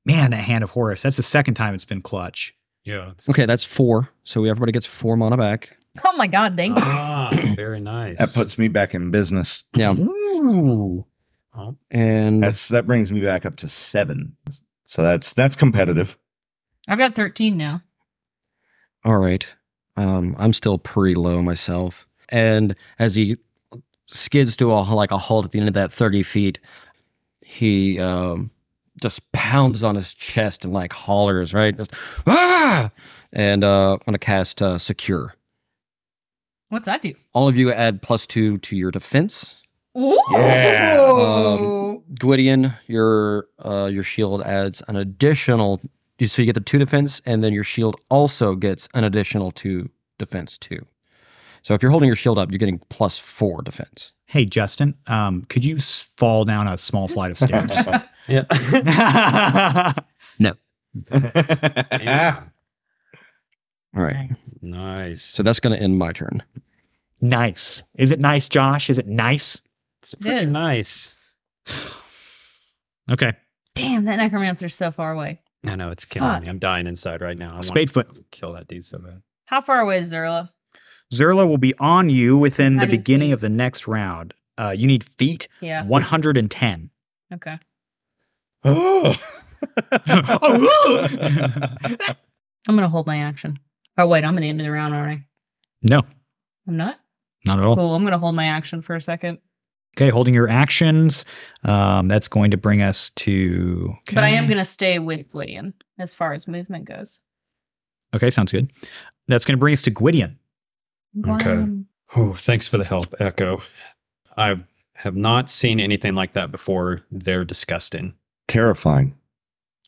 Man, that hand of Horus. That's the second time it's been clutch.
Yeah.
Okay, that's four. So we everybody gets four mana back.
Oh my god, thank you.
ah, very nice.
That puts me back in business.
Yeah.
Mm-hmm. Ooh.
And
That's that brings me back up to seven. So that's that's competitive. <laughs>
I've got 13 now.
All right. Um, I'm still pretty low myself. And as he skids to a like a halt at the end of that 30 feet, he um, just pounds on his chest and like hollers, right? Just, ah! And uh, I'm gonna cast uh, secure.
What's that do?
All of you add plus two to your defense.
Ooh.
Yeah.
Um, Gwydion, your uh, your shield adds an additional. So you get the two defense, and then your shield also gets an additional two defense too. So if you're holding your shield up, you're getting plus four defense.
Hey, Justin, um, could you s- fall down a small flight of
<laughs>
stairs?
<laughs> Yeah.
All right.
nice.
So that's going to end my turn.
nice. Is it nice, Josh? Is it nice?
it's
is.
pretty nice.
Okay.
Damn, that necromancer's so far away.
I know it's killing
Fuck.
me. I'm dying inside right now. I want to
Spadefoot.
kill that dude so bad.
How far away is Zerla?
Zerla will be on you within
I
the
need
beginning
feet.
of the next round. Uh, you need feet
Yeah.
110.
Okay.
Oh.
I'm gonna hold my action. Oh wait, I'm at the end of the round, aren't I?
No,
I'm not?
not at all.
Cool. I'm gonna hold my action for a second.
Okay, holding your actions. Um, that's going to bring us to. Okay.
But I am gonna stay with Gwydion as far as movement goes.
Okay, sounds good. That's going to bring us to Gwydion.
Okay.
One.
Oh, thanks for the help, Echo. I have not seen anything like that before. They're disgusting.
Terrifying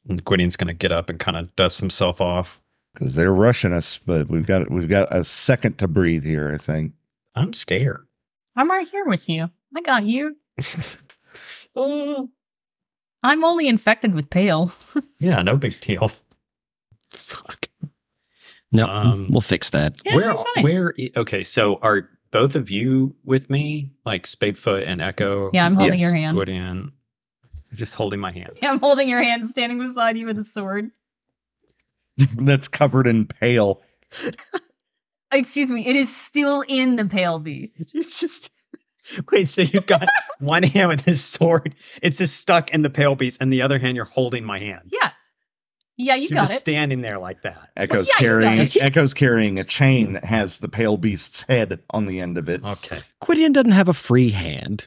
And Gwydion's going to get up and kind of dust himself off.
because they're rushing us, but we've got we've got a second to breathe here. I think. <laughs>
I'm scared.
I'm right here with you. I got you. Ooh. I'm only infected with pale.
Yeah, no big deal. Fuck.
No,
Um,
we'll fix that.
<laughs> Yeah,
where,
you're fine.
where, i- okay, so are both of you with me? Like Spadefoot and Echo?
Yeah, I'm holding
Yes,
your hand.
Gwydion. Just holding my hand.
Yeah, <laughs> I'm holding your hand, standing beside you with a sword.
That's covered in pale.
Excuse me, it is still in the pale beast.
<laughs> You just wait. So
<laughs>
you've got one hand with this sword; it's just stuck in the pale beast, and the other hand you're holding my hand.
Yeah. Yeah, you
are
got
just
it.
standing there like that.
Echo's
yeah, you
carrying
guys.
Echo's carrying a chain that has the pale beast's head on the end of it.
Okay.
Gwydion doesn't have a free hand.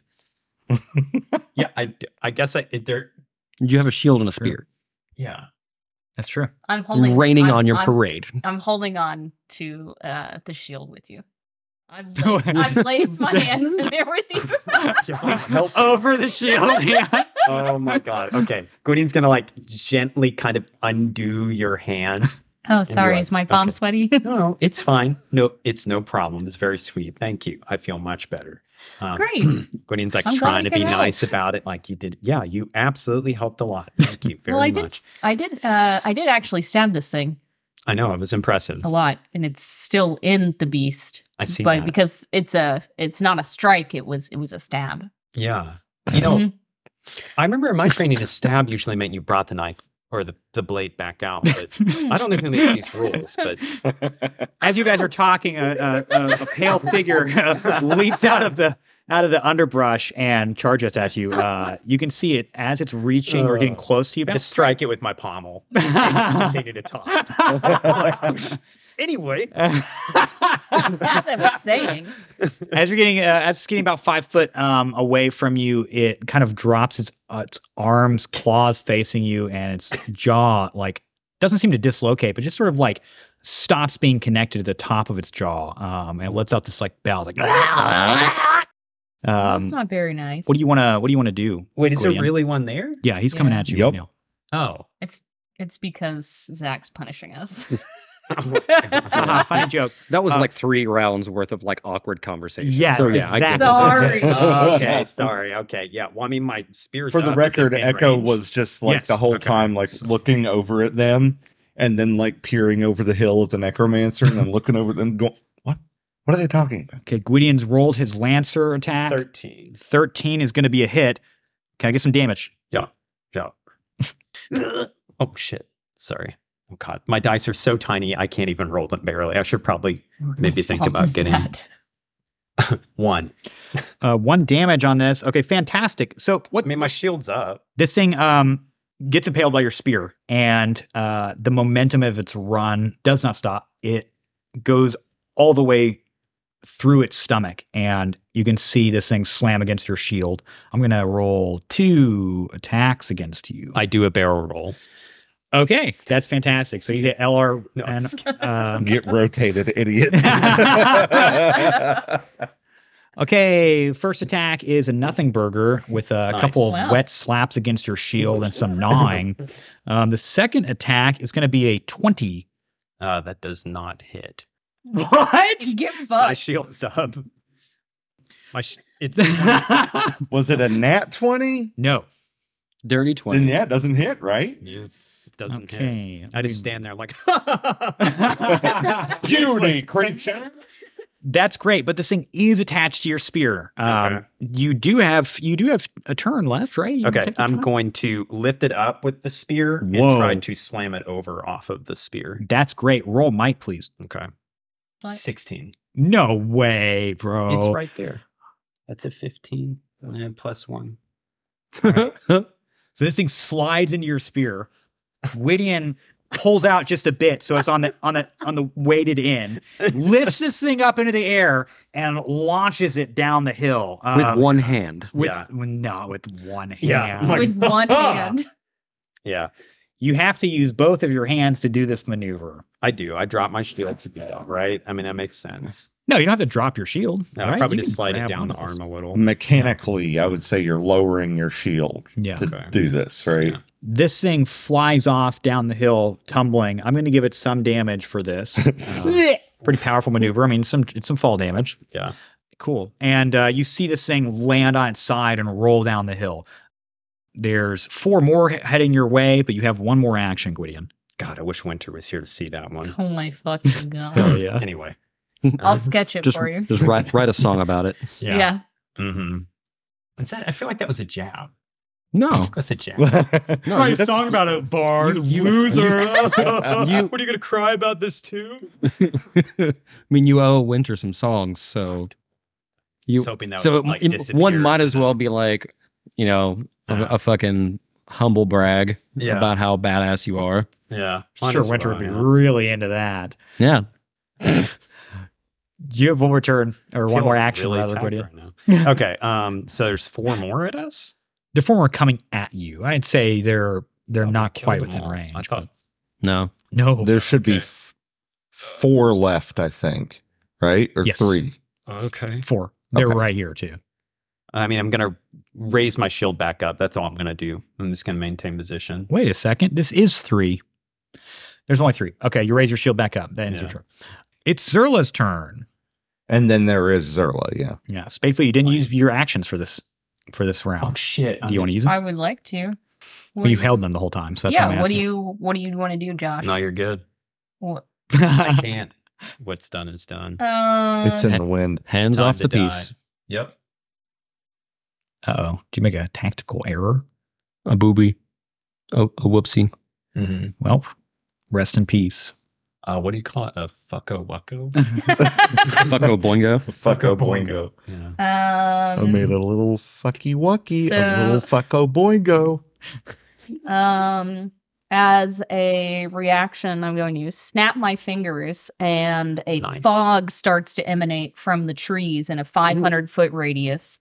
Yeah, I, d- I guess I it, there.
You have a shield and a
That's true.
spear.
<sighs>
Yeah.
That's <laughs> true.
I'm holding
Raining
I'm-
on your
I'm-
parade.
I'm holding on to uh, the shield with you.
<laughs>
I've, la- I've laced my hands Oh, in there with you.
<laughs>
Over the shield.
yeah.
oh my <laughs> god. Okay. Gwydion's gonna like gently kind of undo your
<laughs>
hand.
Oh, sorry.
like,
Is my palm
okay.
sweaty? <laughs>
No, no, it's fine. No, it's no problem. It's very sweet. Thank you. I feel much better. Um, <clears throat>
Great.
Gwydion's like
I'm glad
trying
we
to be
could help.
nice about it, like you did. Yeah, you absolutely helped a lot. Thank you
<laughs>
very
well, I did.
much.
I did. Uh, I did actually stab this thing
I know it was impressive.
a lot, and it's still in the beast.
I see
Oh, but
that.
because it's a, it's not a strike. It was, it was a stab.
yeah, you know,
Mhm.
I remember in my training, a stab usually meant you brought the knife or the, the blade back
<laughs>
out. But I don't know who makes these rules, but
As you guys are talking, a, a, a, a pale figure <laughs> leaps out of the out of the underbrush and charges at you. Uh, you can see it as it's reaching or getting close to you. <laughs>
I <laughs> just strike it with my pommel. and continue to talk. anyway,
That's what I was
<laughs>
saying.
as you're getting uh, as it's getting about five foot um, away from you, it kind of drops its uh, its arms, claws facing you, and its jaw like doesn't seem to dislocate, but just sort of like stops being connected to the top of its jaw, um, and it lets out this like bell like. <laughs>
It's
um,
not very nice.
what do you want to What do you want to do?
wait, is there
Gwydion?
really one there?
Yeah, he's coming
Yeah.
at you.
Yup.
right now.
Oh,
It's because Zach's punishing us.
<laughs> Haha, Funny joke.
That was
Uh,
like three rounds worth of like awkward conversation.
Yeah,
So <laughs> yeah, I get
exactly.
it.
<laughs>
Sorry.
<laughs>
okay, sorry. Okay, yeah. Well, I mean, my spear's
For the
up, it's in
record,
mid
Echo
range.
was just like
Yes,
the whole
okay.
time, like looking over at them, and then like peering over the hill at the necromancer, and then looking over at them, going, "What? What are they talking about?"
Okay, Gwydion's rolled his lancer attack.
thirteen.
Thirteen is going to be a hit. Can I get some damage?
Yeah. Oh shit! Sorry. Oh god, my dice are so tiny I can't even roll them barely. I should probably <laughs>
<laughs>
Maybe
Whose
think
fault
about
is
getting-
that?
one.
Uh, one damage on this. Okay, fantastic. So
I mean, my shield's up.
this thing um, gets impaled by your spear, and uh, the momentum of its run does not stop. It goes all the way through its stomach, and you can see this thing slam against your shield. I'm going to roll two attacks against you.
I do a barrel roll.
okay, that's fantastic. So you get LR
No, I'm just
and. um,
Get rotated, idiot.
Okay, first attack is a nothing burger with a
Nice.
couple of
Wow.
wet slaps against your shield and some
<laughs>
gnawing. Um, the second attack is going to be a 20.
Uh, that does not hit.
What?
<laughs> Get
My
fucked.
shield's up. My sh- it's
Was it a nat 20?
<laughs> no.
Dirty
Then
20.
that doesn't hit, right?
yeah, it doesn't hit.
Okay. <laughs>
I just stand there like. <laughs>
Beauty creature.
That's great, but this thing is attached to your spear. Um,
Okay.
You do have you do have a turn left, right? You can
okay,
take a
I'm
turn.
going to lift it up with the spear
Whoa.
and try to slam it over off of the spear.
That's great. Roll might, please.
Okay,
Like-
sixteen.
No way, bro.
It's right there. That's a fifteen. And I have Eh, plus one.
So this thing slides into your spear. Whittian pulls out just a bit, so it's on the on the on the weighted end. Lifts this thing up into the air and launches it down the hill
With
Um,
one hand.
With,
Yeah.
No, with one hand.
Yeah. Like-
With one hand.
Yeah,
You have to use both of your hands to do this maneuver.
I do. I drop my shield to do that, right? I mean, that makes sense.
No, you don't have to drop your shield.
No, I
right?
probably
You
just
can
slide it
grab
down
one
the
of those.
arm a
Mm.
little.
Mechanically, I would say you're lowering your shield
Yeah.
to
Okay.
do this, right?
Yeah.
This thing flies off down the hill, tumbling. I'm going to give it some damage for
<laughs>
this. Uh, pretty powerful maneuver. I mean, some it's some fall damage.
Yeah.
Cool. And uh, you see this thing land on its side and roll down the hill. There's four more he- heading your way, but you have one more action,
<clears throat>
Gwydion.
God, I wish Winter was here to see that one.
Oh my fucking
<laughs>
Oh,
god.
yeah.
Anyway.
I'll sketch it
Just,
for you.
just write, write a song about it.
Yeah.
Mm-hmm. Is that, I feel like that was a jab.
No.
That's a jab.
<laughs>
No, you-
song about it, Bard. <laughs>
loser.
<laughs>
You-
are you going to cry about this too?
<laughs> I mean, you owe Winter some songs, so you.
was hoping that
so
would, like,
in- one
disappear.
might as well be like, you know, a,
Yeah.
a fucking humble brag
Yeah.
about how badass you are.
yeah.
Sure,
Might as
Winter
well,
would be
yeah.
really into that.
Yeah.
You have one more turn or
I
one
feel
more action,
really
rather,
attacked
Gwydion.
<laughs> right now. okay. Um. So there's four more at us.
The four are coming at you. I'd say they're they're
Oh,
not
kill
quite
them
within
all.
range.
I thought-
No.
but- no,
There should be
Okay.
f- four left, I think, right? Or
Yes.
three.
Okay.
four. They're
Okay.
right here too.
I mean, I'm gonna raise my shield back up. That's all I'm gonna do. I'm just gonna maintain position.
Wait a second. This is three. There's only three. Okay, you raise your shield back up. That ends your
Yeah.
turn. It's Zerla's turn.
And then there is Zerla, yeah.
Yeah, Spateful, you didn't use your actions for this for this round.
Oh, shit!
do you want to use them?
I would like to. What
Well, you
do-
held them the whole time, so that's why
yeah,
I'm
what do
asking.
you what do you want to do, Josh?
No, you're <laughs> good.
What-
I can't. What's done is done.
Uh,
It's in the wind.
Hands
Time
off
to
the
die.
piece.
Yep.
<laughs> Uh-oh. Do you make a tactical error?
A booby. A, a whoopsie.
Mm-hmm.
Well, rest in peace.
Uh, what do you call it? A fucko
<laughs>
wucko?
Fucko boingo.
Fucko boingo.
yeah.
<laughs> I
<laughs> um,
made a little fucky wucky, a
So-
little fucko boingo.
Um, as a reaction, I'm going to snap my fingers, and a
Nice.
fog starts to emanate from the trees in a 500 foot radius.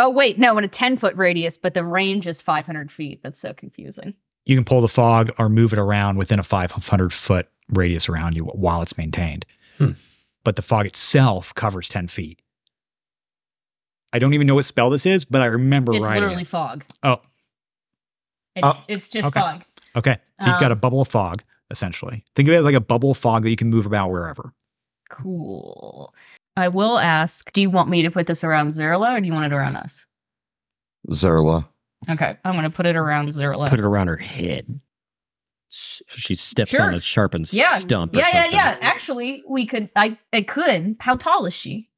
Oh wait, no, in a 10 foot radius, but the range is 500 feet. That's so confusing.
You can pull the fog or move it around within a 500 foot radius around you while it's maintained.
Hmm.
But the fog itself covers 10 feet. I don't even know what spell this is, but I remember
It's
writing. it.
literally fog.
Oh.
It's,
Oh,
it's just
okay.
fog.
Okay. So you've got
Um,
a bubble of fog, essentially. Think of it as like a bubble of fog that you can move about wherever.
Cool. I will ask, do you want me to put this around Zerla or do you want it around us?
Zerla.
Okay, I'm going to put it around
<laughs>
Zerla.
Put it around her head. So she steps
Sure.
on a sharpened
Yeah.
stump. or
yeah, yeah,
something.
yeah. Actually, we could. I, I could. How tall is she?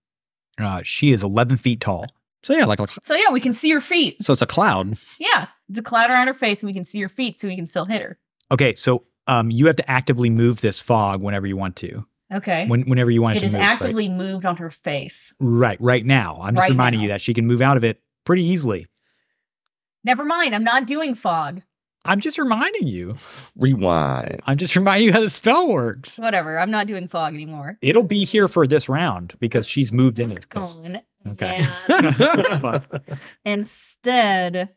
Uh, she is 11 feet tall.
So yeah, like, like
So yeah, we can see her feet.
so it's a cloud.
Yeah, it's a cloud around her face, and we can see her feet, so we can still hit her.
Okay, so um, you have to actively move this fog whenever you want to.
Okay.
When, whenever you want it,
it
to
is
move. right?
actively moved on her face.
Right, right now. I'm just
Right
reminding you
now.
that she can move out of it pretty easily.
Never mind. I'm not doing fog.
I'm just reminding you.
Rewind.
I'm just reminding you how the spell works.
Whatever. I'm not doing fog anymore.
It'll be here for this round because she's moved in.
Gone.
Okay. <laughs>
And
Fine.
instead,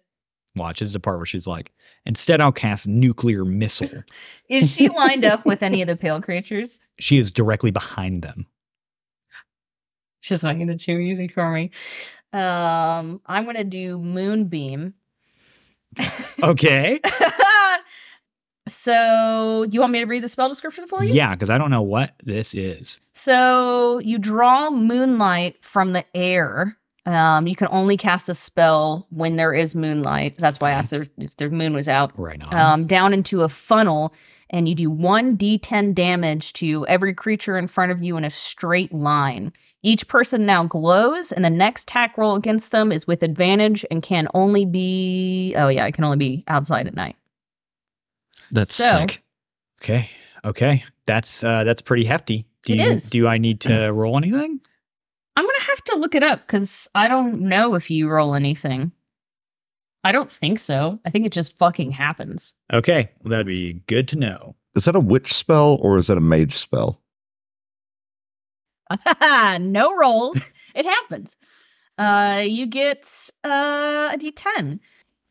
Watch this is the part where she's like, instead, I'll cast nuclear missile.
is she lined up with any of the pale creatures?
She is directly behind them.
She's making it too easy for me. Um, I'm gonna do moonbeam.
Okay.
<laughs> so you want me to read the spell description for you?
yeah, because I don't know what this is.
So you draw moonlight from the air. Um, you can only cast a spell when there is moonlight. That's why I asked if if the moon was out.
Right now.
Um, down into a funnel, and you do one d10 damage to every creature in front of you in a straight line. Each person now glows, and the next attack roll against them is with advantage and can only be. Oh yeah, it can only be outside at night.
That's
So-
sick.
okay. Okay. That's uh that's pretty hefty. Do
It
you
is.
do I need <clears throat> to roll anything?
I'm gonna have to look it up because I don't know if you roll anything. I don't think so. I think it just fucking happens. <laughs>
Okay. Well, that'd be good to know.
Is that a witch spell or is that a mage spell?
no rolls. it happens. Uh, you get uh, a d10.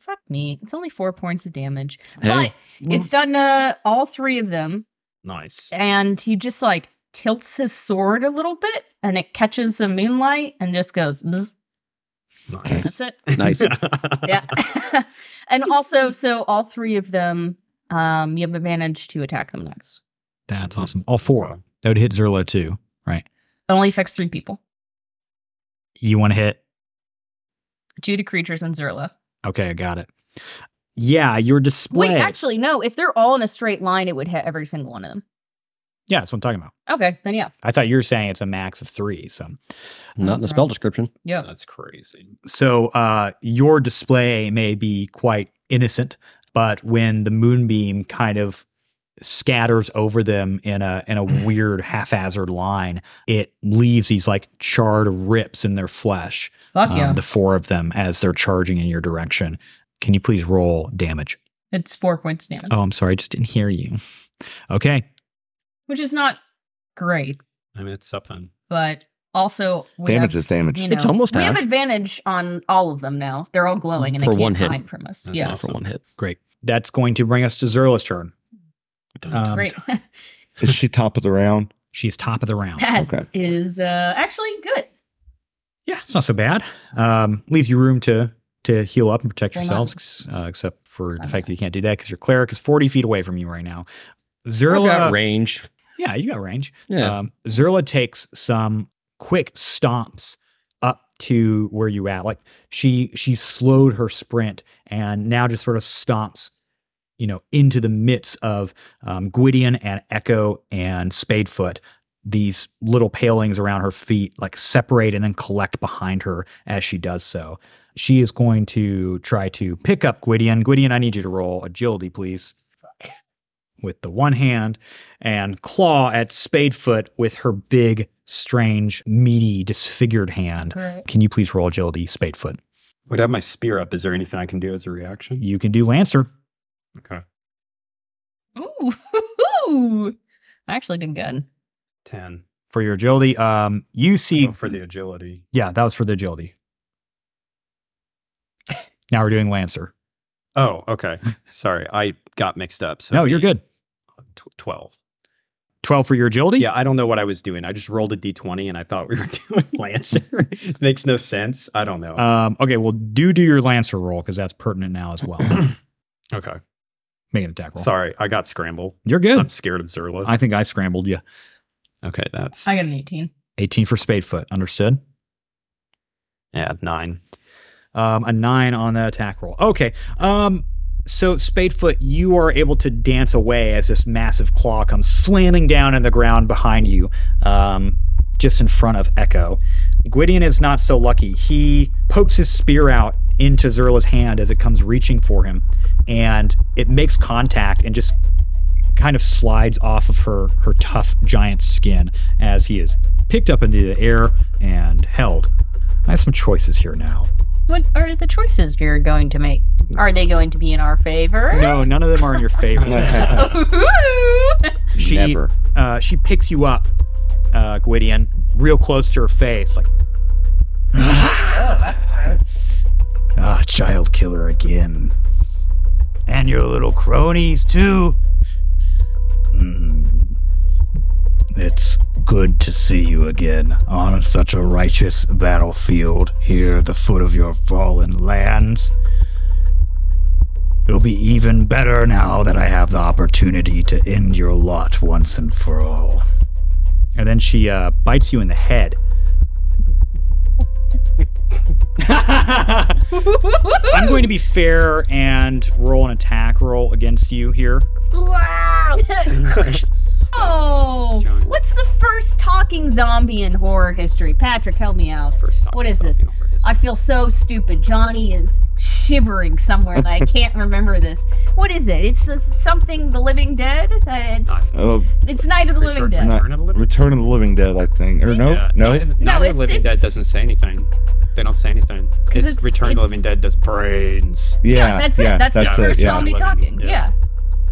Fuck me. It's only four points of damage,
Hey.
but it's done to all three of them,
Nice.
and he just like tilts his sword a little bit, and it catches the moonlight and just goes. Bzz.
<laughs>
Nice.
That's it.
<laughs>
Nice.
yeah. <laughs> and also, so all three of them, um, you have advantage to attack them next.
That's awesome. All four. of 'em. That would hit Zerlo too.
It only affects three people
You want to hit?
Judah creatures and Zerla.
Okay, I got it. Yeah, your display.
Wait, actually, no. If they're all in a straight line, it would hit every single one of them.
yeah, that's what I'm talking about.
Okay, then yeah.
I thought you were saying it's a max of three. So
Not in the
That's
spell
right.
description.
Yeah.
That's crazy.
So uh, your display may be quite innocent, but when the moonbeam kind of scatters over them in a
<clears throat>
in a weird haphazard line, it leaves these like charred rips in their flesh.
Fuck
um,
yeah.
The four of them as they're charging in your direction. Can you please roll damage?
it's four points damage,
Oh, I'm sorry, I just didn't hear you. Okay,
which is not great,
I mean, it's something.
but also we
damage
have,
is damage.
you
It's
know,
almost
we have
half.
advantage on all of them now. They're all glowing and
For
they
one
can't
hit.
hide from us.
That's
yeah,
awesome.
For one hit.
great. That's going to bring us to Zerla's turn. Um,
great. <laughs>
Is she top of the round?
She's top of the round.
That is
Okay.
uh, actually good.
Yeah, it's not so bad. Um, leaves you room to to heal up and protect
Well,
yourselves, uh, except for the
I'm
fact that you can't do that because your cleric is forty feet away from you right now.
I've got
uh,
Zerla,
range.
yeah, you got range.
Yeah.
Um, Zerla takes some quick stomps up to where you at. Like she she slowed her sprint and now just sort of stomps, you know, into the midst of um, Gwydion and Echo and Spadefoot. These little palings around her feet like separate and then collect behind her as she does so. She is going to try to pick up Gwydion. Gwydion, I need you to roll agility, please. With the one hand, and claw at Spadefoot with her big, strange, meaty, disfigured hand.
Right.
Can you please roll agility, Spadefoot?
Would have my spear up. Is there anything I can do as a reaction?
You can do Lancer.
Okay.
Ooh. <laughs> I actually did good.
10.
For your agility, um, you see,
Oh, for the agility.
yeah, that was for the
<laughs>
agility. Now we're doing Lancer.
Oh, okay. Sorry. I got mixed up. So
no, you're good.
tw- 12.
12 for your agility?
Yeah, I don't know what I was doing. I just rolled a d20 and I thought we were <laughs> doing Lancer. <laughs> It Makes no sense. I don't know.
Um, okay, well, do do your Lancer roll because that's pertinent now
<clears throat>
as well.
okay.
Make an attack roll.
Sorry. I got scramble.
You're
I'm
good.
scared of Zerla.
I think I scrambled you.
okay. That's
I got an 18.
18 for Spadefoot. Understood?
yeah, nine.
um, a nine on the attack roll. Okay. Um, so Spadefoot, you are able to dance away as this massive claw comes slamming down in the ground behind you, um, just in front of Echo. Gwydion is not so lucky. He pokes his spear out into Zerla's hand as it comes reaching for him, and it makes contact and just kind of slides off of her her tough giant skin as he is picked up into the air and held. I have some choices here now.
What are the choices you're going to make? Are they going to be in our favor? <laughs> Oh,
No, none of them are in your favor. she
Never.
uh, she picks you up, uh, Gwydion, real close to her face, like. Ah, child killer again, and your little cronies too. Mm. It's good to see you again on such a righteous battlefield here at the foot of your fallen lands. It'll be even better now that I have the opportunity to end your lot once and for all. And then she uh, bites you in the head. I'm going to be fair and roll an attack roll against you here.
oh, what's the first talking zombie in horror history? Patrick, help me out.
First time
What is
I've
this?
been over his-
I feel so stupid. Johnny is shivering somewhere that I can't remember this. What is it? It's uh, something the living dead? Uh, It's
Oh,
it's Night of the Living Dead.
not-
Return of the Living-
Return of the Living Dead, I think. Or no,
Yeah,
no.
Night of the- Night of the
it's-
Living
it's-
Dead doesn't say anything. They don't say anything.
'Cause
It's,
it's-
Return of the
it's-
Living Dead does brains.
Yeah,
that's
yeah,
it. That's,
that's
the
it,
first
yeah.
zombie
Living,
talking. Yeah.
yeah.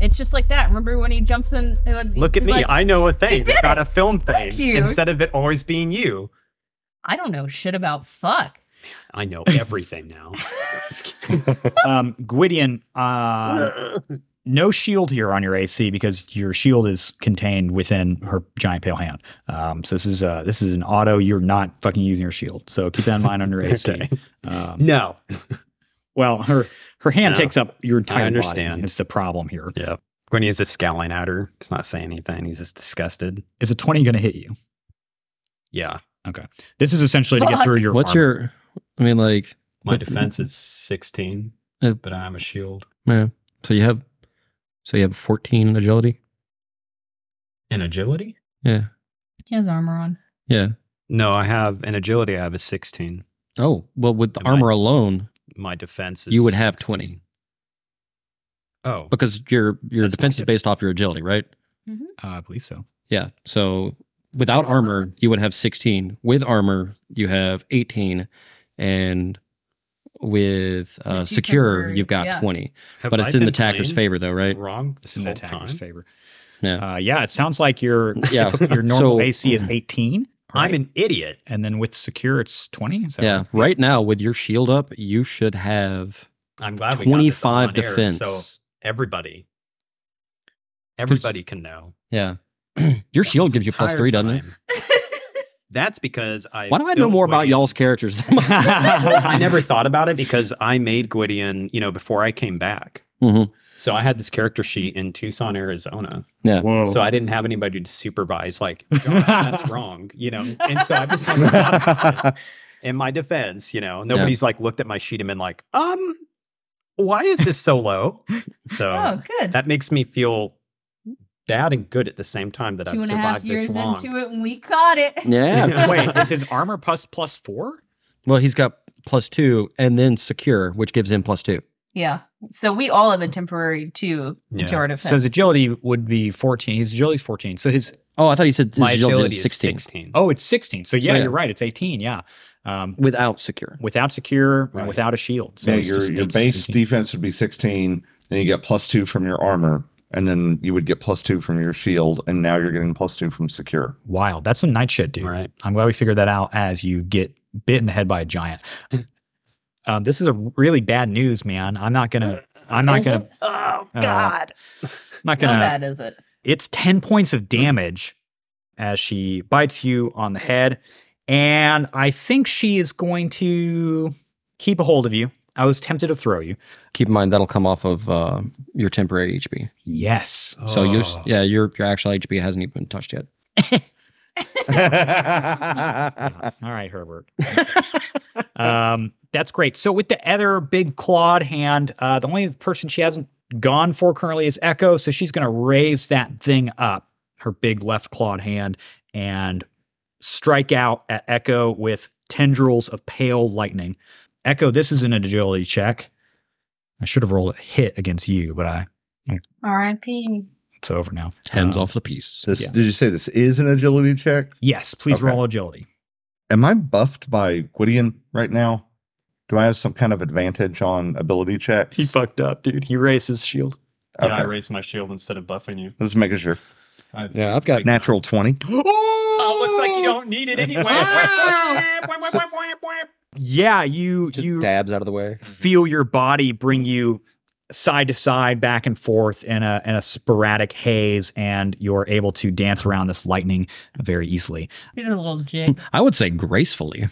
It's just like that. Remember when he jumps in? it would-
Look at me.
like,
I know a thing.
did
It's not a film thing.
you.
Instead of it always being you,
I don't know shit about fuck.
I know
<laughs>
everything now.
Um, Gwydion, uh, no shield here on your AC because your shield is contained within her giant pale hand. Um, so this is uh, this is an auto. You're not fucking using your shield, so keep that in mind on your AC.
Okay.
Um,
no.
Well, her her hand
No.
takes up your entire
understand.
body. It's the problem here.
Yeah. Gwenny is just scowling at her. He's not saying anything. He's just disgusted.
Is a twenty going to hit you?
Yeah.
This is essentially to get
Fuck.
through your.
What's
armor.
your? I mean, like,
My
what-
defense is 16,
Uh,
but I'm a shield
Yeah. So you have, so you have 14 in agility.
and agility.
Yeah.
He has armor on.
Yeah.
No, I have an agility. I have a 16.
Oh well, with the
Am I-
armor alone,
My defense is
you would have
16.
20
Oh,
because your your
That's
defense
not
is
good.
based off your agility, right?
Uh, I believe so.
Yeah. So without armor, you would have 16. With armor, you have 18, and with uh,
With you
secure,
temporary-
you've got
yeah.
20.
Have
but
I
it's in the
been
attacker's
playing
favor, though, right?
Wrong.
It's
This
in the
whole
attacker's
time?
favor.
Yeah.
Uh, yeah, it sounds like your
Yeah.
<laughs> your normal
So-
AC is eighteen.
I'm
right?
an idiot.
and then with secure it's twenty. Is that
yeah.
right?
Right now, with your shield up, you should have <clears throat>
I'm glad we
25
got this on air,
defense.
so everybody, everybody can know.
Yeah. Your
That
shield
this
gives you plus
entire
three, doesn't it? <laughs>
time. That's because I.
Why do I know
built
more about
Gwydion.
y'all's characters? Than
<laughs> I
I <laughs>
never thought about it because I made Gwydion, you know, before I came back.
Mhm.
So I had this character sheet in Tucson, Arizona.
Yeah.
Whoa.
So I didn't have anybody to supervise, like,
<laughs>
Josh, that's wrong, you know. And so I just never thought about it. in my defense, you know, nobody's like looked at my sheet and been like, um, why is this so low?
<laughs>
So
Oh, good.
that makes me feel bad and good at the same time that
Two
I've
and a
survived
half years
this long.
into it, and we caught it.
Yeah. <laughs>
<laughs>
Wait, is his armor plus plus four?
Well, he's got plus two and then secure, which gives him plus two.
<laughs> Yeah. So we all have a temporary two
Yeah.
to our defense.
So his agility would be fourteen. His agility is fourteen. So his
Oh, I thought you said his
My
agility
agility
is
is
16
16.
oh, it's sixteen. So yeah,
Yeah.
you're right. It's eighteen. Yeah, um,
without secure.
without secure and
Right.
without a shield. So
yeah,
it's
your
just-
your
it's
base
18.
defense would be 16, then you get plus two from your armor, and then you would get plus two from your shield, and now you're getting plus two from secure.
Wild. That's some night shit, dude.
All right.
I'm glad we figured that out as you get bit in the head by a giant. um, this is a really bad news, man. I'm not gonna. I'm not
Is
gonna.
it? Oh
uh,
God!
I'm not
How
gonna.
bad is it?
It's 10 points of damage as she bites you on the head. And I think she is going to keep a hold of you. I was tempted to throw you.
Keep in mind that'll come off of uh, your temporary HP.
Yes.
So your yeah your your actual HP hasn't even been touched yet.
All right, Herbert. um, that's great. So with the other big clawed hand, uh, the only person she hasn't gone for currently is Echo. So she's going to raise that thing up, her big left clawed hand, and strike out at Echo with tendrils of pale lightning. Echo, this is an agility check. I should have rolled a hit against you, but I
<laughs> R.I.P.
It's over now.
Hands
Um,
off the piece.
This,
Yeah.
Did you say this is an agility check?
Yes, please
Okay.
roll agility.
Am I buffed by Gwydion right now? Do I have some kind of advantage on ability checks?
He fucked up, dude. He raised his shield. Yeah, I
Okay.
raised my shield instead of buffing you.
Let's make sure.
Yeah, I've got
Natural 20.
<gasps> Oh, looks like you don't need it
<laughs>
anyway.
Yeah, you
just
you
dabs out of the way.
feel your body bring you side to side, back and forth in a in a sporadic haze, and you're able to dance around this lightning very easily,
Did a little jig.
I would say gracefully.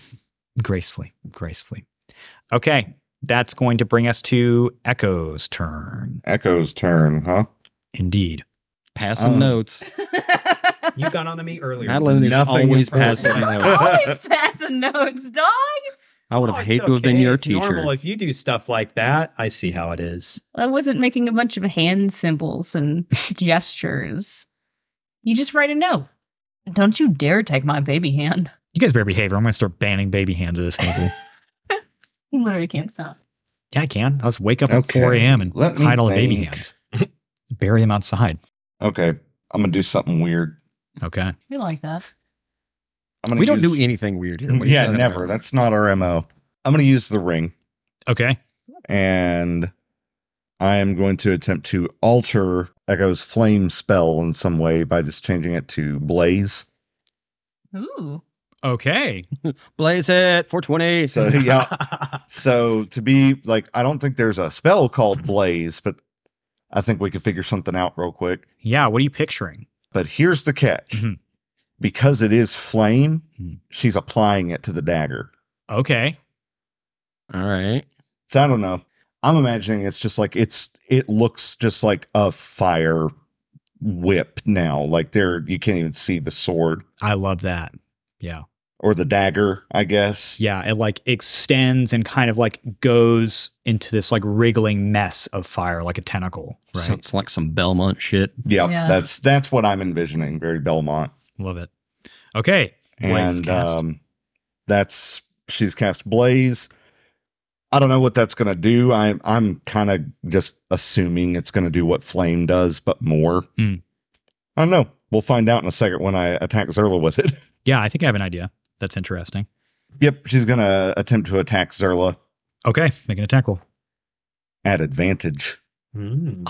gracefully, gracefully. Okay, that's going to bring us to Echo's turn.
Echo's turn, huh?
Indeed.
Passing
Um,
notes.
you got onto
<laughs>
me earlier.
Oh. Madeline is Oh,
Nothing
always
is perfect.
passing <laughs> notes.
Always passing notes, dog.
I would
Oh,
have
it's
hated to have been
okay.
your
It's
teacher.
Normal if you do stuff like that. I see how it is.
I wasn't making a bunch of hand symbols and <laughs> gestures. You just write a note. Don't you dare take my baby hand.
You guys better behave, or I'm going to start banning baby hands at this
<laughs>
table.
You literally can't stop.
yeah, I can. I'll just wake up
Okay,
at 4 a.m. and
let me
hide all the baby
think.
hands, <laughs> bury them outside.
Okay. I'm going to do something weird.
Okay.
We like that.
I'm gonna
We don't
use-
do anything weird here. What are
<laughs>
you
Yeah,
talking
never.
about?
That's not our MO. I'm going to use the ring
Okay.
and I am going to attempt to alter Echo's flame spell in some way by just changing it to blaze.
Ooh.
Okay.
Blaze it. 420. <laughs>
So, yeah. <laughs> So to be like, I don't think there's a spell called Blaze, but I think we could figure something out real quick.
Yeah. What are you picturing?
But here's the catch:
Mhm.
because it is flame,
Mhm.
she's applying it to the dagger.
Okay.
All right.
So I don't know. I'm imagining it's just like it's. It looks just like a fire whip now. Like there, you can't even see the sword
I love that. Yeah.
or the dagger. I guess.
Yeah, it like extends and kind of like goes into this like wriggling mess of fire, like a tentacle. Right.
Sounds like some Belmont shit.
Yeah,
Yeah.
That's that's what I'm envisioning. Very Belmont.
Love it. Okay. Blaze is
and
cast.
um, that's she's cast blaze. I don't know what that's gonna do. I'm I'm kind of just assuming it's gonna do what flame does, but more.
Hmm.
I don't know. We'll find out in a second when I attack Zerla with it. <laughs>
Yeah, I think I have an idea. That's interesting.
yep, she's gonna attempt to attack Zerla
Okay, make an attack roll.
at advantage.
Mm.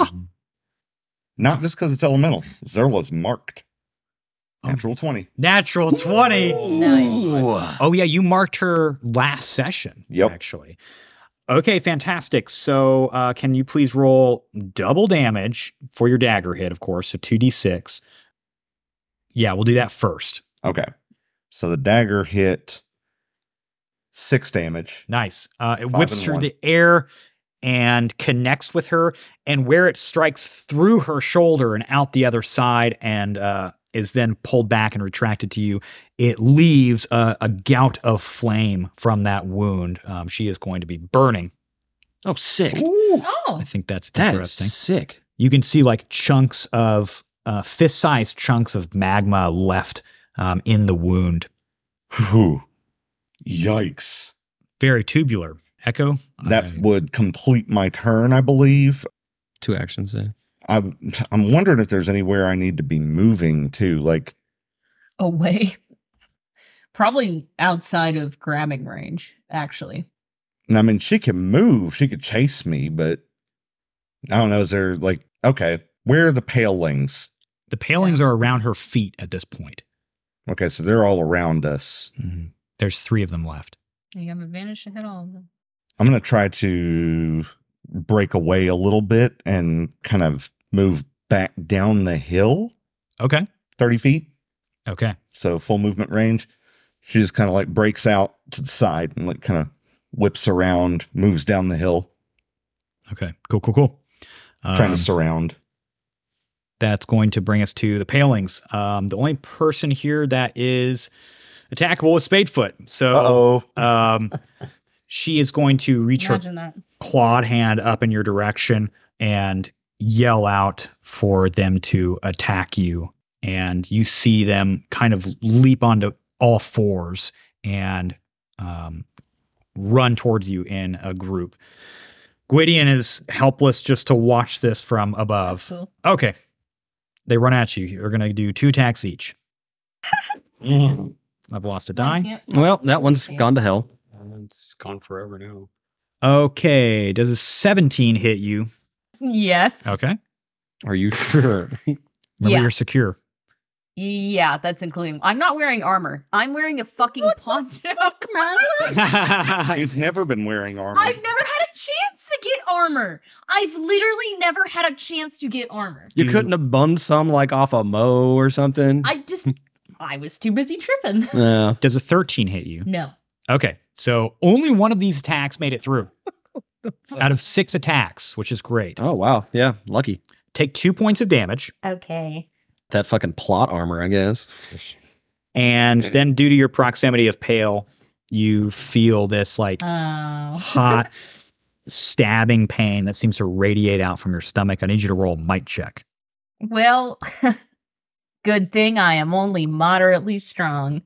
Not just because it's elemental. Zerla's marked.
Oh.
Natural twenty.
Natural 20.
Nice.
Oh, yeah, you marked her last session.
Yep.
Actually. Okay, fantastic. So, uh, can you please roll double damage for your dagger hit, of course? So 2d6. Yeah, we'll do that first.
Okay. So the dagger hit six damage.
Nice. Uh, it
Five
whips
and
through
one.
the air and connects with her, and where it strikes through her shoulder and out the other side, and uh, is then pulled back and retracted to you, it leaves a, a gout of flame from that wound. Um, she is going to be burning.
Oh, sick.
Oh,
I think that's
That is
interesting.
sick.
You can see like chunks of uh, fist sized chunks of magma left um, in the wound.
Whew. Yikes.
Very tubular. Echo?
That
I-
would complete my turn, I believe.
Two actions there.
I, I'm wondering if there's anywhere I need to be moving to. Like,
<laughs> away. Probably outside of grabbing range, actually.
I mean, she can move, she could chase me, but I don't know. Is there like, okay, where are the palings?
The palings are around her feet at this point.
Okay, so they're all around us.
There's three of them left.
You have advantage to hit all of them.
I'm going to try to break away a little bit and kind of move back down the hill
Okay.
30 feet.
Okay.
so full movement range. She just kind of like breaks out to the side and like kind of whips around, moves down the hill,
Okay. Cool. Cool. Cool. Um,
trying to surround.
that's going to bring us to the palings. Um, the only person here that is attackable is Spadefoot. So
oh,
um, she is going to reach her
Imagine that.
clawed hand up in your direction and yell out for them to attack you. And you see them kind of leap onto all fours and um, run towards you in a group. Gwydion is helpless just to watch this from above.
Cool.
Okay. They run at you. You're going to do two attacks each.
Mm.
I've lost a die.
Yep.
Well, that one's
Yeah.
gone to hell.
It's gone forever now.
Okay. Does a 17 hit you?
Yes.
Okay.
Are you sure?
Remember,
Yeah.
you're secure.
Yeah, that's including. I'm not wearing armor. I'm wearing a fucking poncho.
He's never been wearing armor.
<laughs> I've never had a chance to get armor. I've literally never had a chance to get armor.
You
Dude.
couldn't have bummed some like off a mo or something.
I just, I was too busy tripping.
Yeah.
Does a 13 hit you?
No.
Okay. So only one of these attacks made it through out of six attacks, which is great.
Oh wow. Yeah. Lucky.
Take two points of damage
Okay.
That fucking plot armor, I guess.
and then, due to your proximity of Pale, you feel this like
Oh.
hot stabbing pain that seems to radiate out from your stomach. I need you to roll a might check.
Well, <laughs> good thing I am only moderately strong.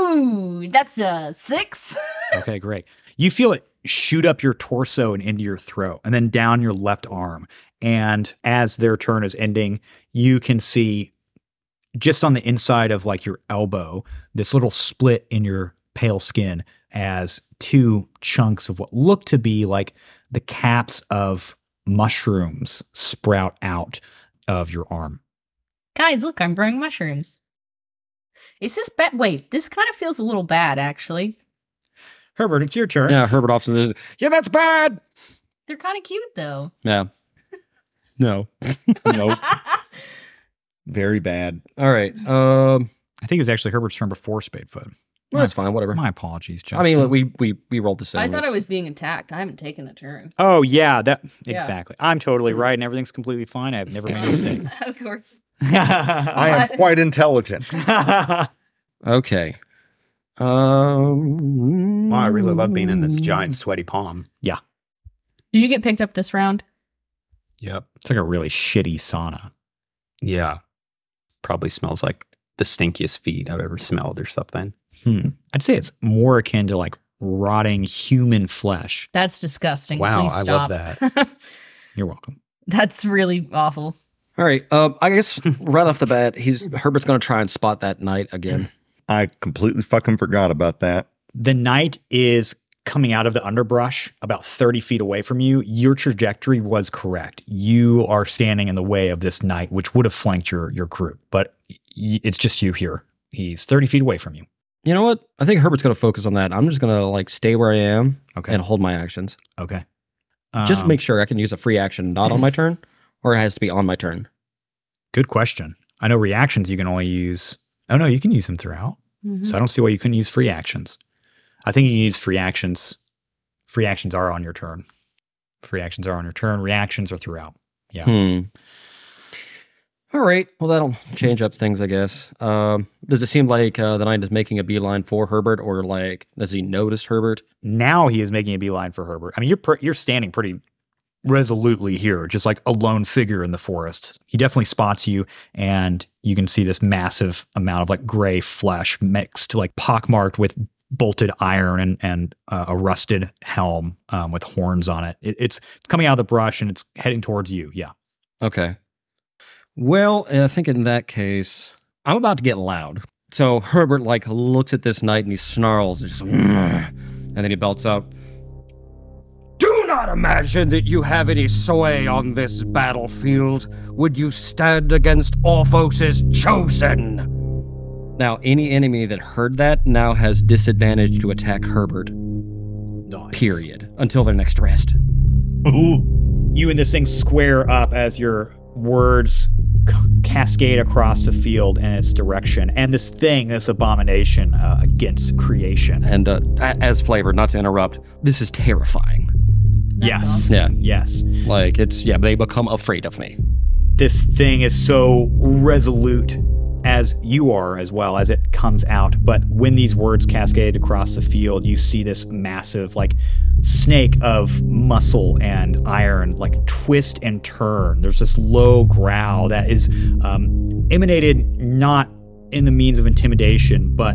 Ooh, that's a six. <laughs>
Okay, great. You feel it shoot up your torso and into your throat and then down your left arm. And as their turn is ending, you can see just on the inside of like your elbow, this little split in your pale skin as two chunks of what look to be like the caps of mushrooms sprout out of your arm.
Guys, look, I'm growing mushrooms. Is this bad? Wait, this kind of feels a little bad, actually.
Herbert, it's your turn.
Yeah. Herbert Offson is. Yeah, that's bad.
They're kind of cute, though.
Yeah. No.
Nope.
<laughs>
Very bad.
All right. Um.
<laughs> I think it was actually Herbert's turn before Spadefoot.
Well, that's fine. Whatever.
My apologies, Justin.
I mean, look, we we we rolled the same.
I thought I
It's-
was being attacked. I haven't taken a turn.
Oh yeah, that
Yeah.
exactly. I'm totally right, and everything's completely fine. I've never made a
<laughs>
mistake.
of course.
<laughs>
I am quite intelligent.
Okay. Um.
Wow, I really love being in this giant sweaty palm.
Did you get picked up this round?
Yep.
it's like a really shitty sauna.
Yeah. Probably smells like the stinkiest feet I've ever smelled or something.
I'd say it's more akin to like rotting human flesh.
That's disgusting.
Wow,
Please
I
stop.
love
that.
You're welcome.
<laughs> That's really awful.
All right. Um. I guess right off the bat, he's Herbert's gonna try and spot that knight again.
I completely fucking forgot about that.
The knight is coming out of the underbrush about 30 feet away from you. Your trajectory was correct. You are standing in the way of this knight, which would have flanked your your group, but y- it's just you here. He's 30 feet away from you.
You know what? I think Herbert's gonna focus on that. I'm just gonna like stay where I am
Okay.
and hold my actions.
Okay.
Just
Um,
make sure I can use a free action not on my turn, or it has to be on my turn.
Good question. I know reactions you can only use. Oh no, you can use them throughout.
Mm-hmm.
So I don't see why you couldn't use free actions. I think you can use free actions. Free actions are on your turn. Free actions are on your turn. Reactions are throughout. Yeah.
Hmm. All right. Well, that'll change up things, I guess. Um, does it seem like uh, the knight is making a beeline for Herbert, or like does he notice Herbert?
Now he is making a beeline for Herbert. I mean, you're pr- you're standing pretty resolutely here, just like a lone figure in the forest. He definitely spots you, and you can see this massive amount of like gray flesh mixed, like pockmarked with bolted iron and and uh, a rusted helm um, with horns on it. it. It's coming out of the brush and it's heading towards you. Yeah.
Okay. Well, I think in that case, I'm about to get loud. So Herbert like looks at this knight and he snarls and just, and then he belts out. Do not imagine that you have any sway on this battlefield. Would you stand against Orphos's chosen? Now, any enemy that heard that now has disadvantage to attack Herbert.
Nice.
Period. Until their next rest.
you and this thing square up as your words c- cascade across the field in its direction and this thing this abomination uh, against creation
And uh, a- as flavor, not to interrupt, this is terrifying.
yes
Yeah.
yes
Like it's yeah, they become afraid of me.
this thing is so resolute as you are as well as it comes out but when these words cascade across the field you see this massive like snake of muscle and iron like twist and turn there's this low growl that is um, emanated not in the means of intimidation but